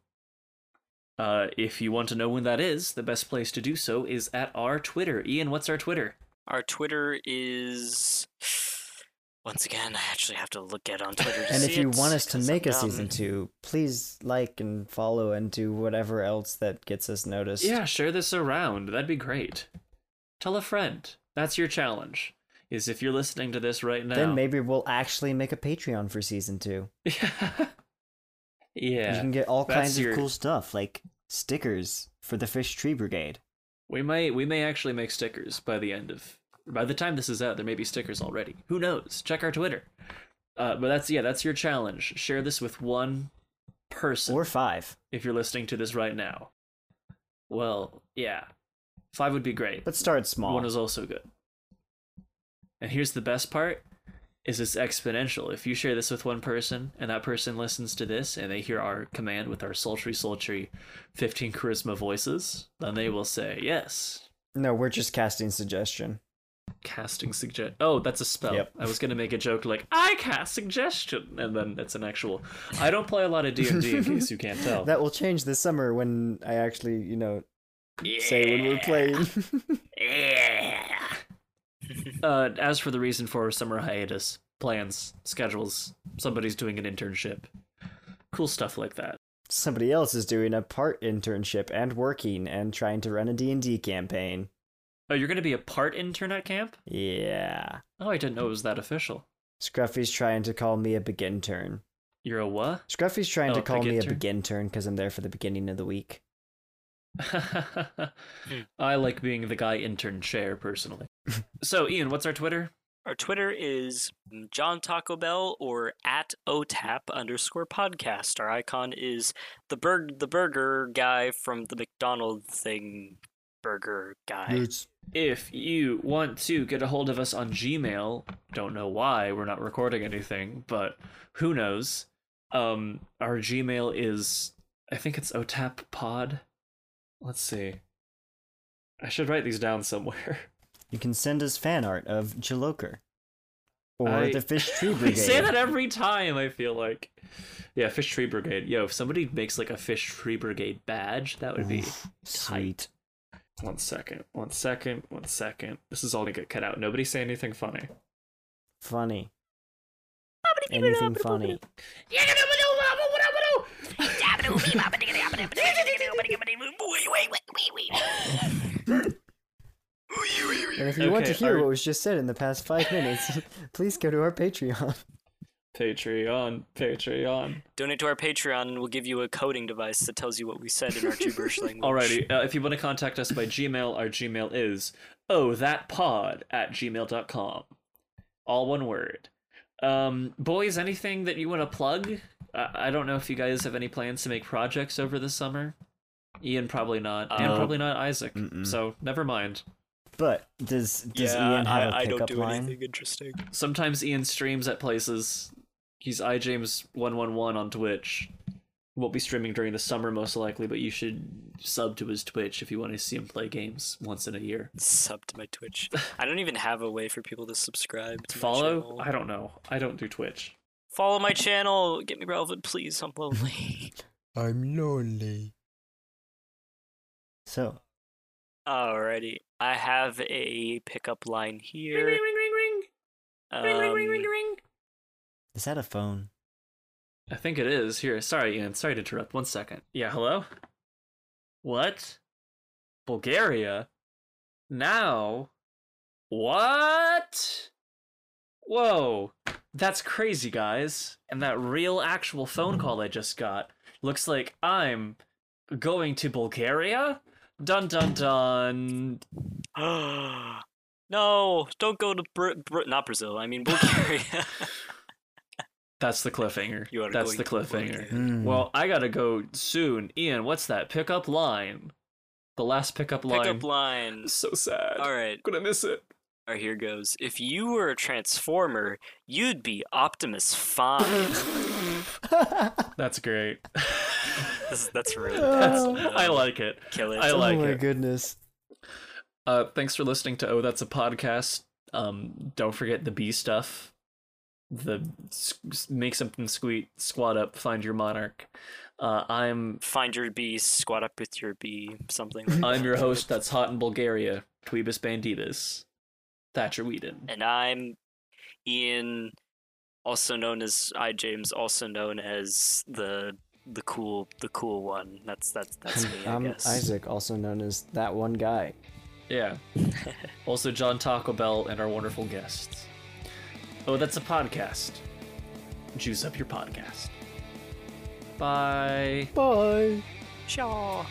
Uh, if you want to know when that is, the best place to do so is at our Twitter. Ian, what's our Twitter?
Our Twitter is. Once again, I actually have to look at on Twitter. To
and
see
if you
it,
want us to
'cause
make
I'm
a season
dumb.
two, please like and follow and do whatever else that gets us noticed.
Yeah, share this around. That'd be great. Tell a friend. That's your challenge. Is if you're listening to this right now.
Then maybe we'll actually make a Patreon for season two.
yeah.
You can get all
that's
kinds
your-
of cool stuff, like stickers for the Fish Tree Brigade.
We may we may actually make stickers by the end of by the time this is out. There may be stickers already. Who knows? Check our Twitter. Uh, but that's yeah, that's your challenge. Share this with one person
Or five.
if you're listening to this right now. Well, yeah, five would be great.
But start small.
One is also good. And here's the best part is it's exponential. If you share this with one person and that person listens to this and they hear our command with our sultry sultry 15 charisma voices, then they will say, "Yes,
No, we're just casting suggestion.
casting suggest. Oh, that's a spell.
Yep.
I was gonna make a joke like I cast suggestion, and then it's an actual. I don't play a lot of D and D in case you can't tell.
That will change this summer when I actually, you know, say when we're playing.
uh, as for the reason for summer hiatus, plans, schedules, somebody's doing an internship, cool stuff like that.
Somebody else is doing a part internship and working and trying to run a D&D campaign.
Oh, you're gonna be a part intern at camp?
Yeah.
Oh, I didn't know it was that official.
Scruffy's trying to call me a begin turn.
You're a what?
Scruffy's trying
Oh,
to call me
begin
a
turn?
begin turn because I'm there for the beginning of the week.
I like being the guy intern chair personally. so, Ian, what's our Twitter?
Our Twitter is John Taco Bell or at OTAP underscore podcast. Our icon is the bird, the burger guy from the McDonald thing, burger guy.
If you want to get a hold of us on Gmail, don't know why we're not recording anything, but who knows? Um, our Gmail is, I think it's otappod. Let's see. I should write these down somewhere.
You can send us fan art of Jaloker or
I-
the Fish Tree
We
Brigade.
say that every time, I feel like. Yeah, Fish Tree Brigade. Yo, if somebody makes like a Fish Tree Brigade badge, that would be
Oof,
tight. One second, one second, one second. This is all gonna get cut out. Nobody say anything funny.
funny. Anything funny. And if you want to
Okay,
hear
our-
what was just said in the past five minutes, please go to our Patreon.
Patreon, Patreon.
Donate to our Patreon and we'll give you a coding device that tells you what we said in our gibberish language.
Alrighty, uh, if you want to contact us by Gmail, our Gmail is oh that pod at gmail.com. All one word. Um, boys, anything that you want to plug? I-, I don't know if you guys have any plans to make projects over the summer. Ian probably not, and
Uh,
probably not Isaac.
mm-mm.
So never mind.
But does does
yeah,
Ian have
I,
a
I don't
pickup
do
line?
anything interesting.
Sometimes Ian streams at places. He's iJames111 on Twitch. Won't be streaming during the summer most likely, but you should sub to his Twitch if you want to see him play games once in a year.
Sub to my Twitch. I don't even have a way for people to subscribe. To my
Follow?
channel.
I don't know. I don't do Twitch.
Follow my channel. Get me relevant, please. I'm lonely.
So
Alrighty. I have a pickup line here. Um,
is that a phone?
I think it is. Here, sorry, Ian. Sorry to interrupt. One second. Yeah, hello? What? Bulgaria? Now? What? Whoa. That's crazy, guys. And that real actual phone call I just got looks like I'm going to Bulgaria? Dun dun dun.
Um, no, don't go to Br- Br- not Brazil. I mean Bulgaria.
That's the cliffhanger.
You are
That's the
going to
cliffhanger.
Bulgaria.
Hmm.
Well, I gotta go soon. Ian, what's that pickup line? The last pickup line.
Pickup line.
So sad.
All right.
Gonna miss it.
All right, here goes. If you were a transformer, you'd be Optimus Fine.
Oh
That's great. Oh.
that's, that's rude.
That's,
That's,
I like it.
kill it.
I like
oh my
it.
goodness.
Uh, thanks for listening to Oh That's a Podcast. Um, don't forget the bee stuff. The s- s- make something squeak, squat up, find your monarch. Uh, I'm
Find your bee, squat up with your bee, something. Like
I'm
that.
your host. That's hot in Bulgaria. Tweebus Bandibus. Thatcher Whedon.
and I'm Ian, also known as I James, also known as the the cool the cool one. That's that's that's me, I
I'm
guess.
Isaac, also known as that one guy.
Yeah. also, John Taco Bell and our wonderful guests. Oh, that's a podcast. Juice up your podcast. Bye.
Bye.
Shaw.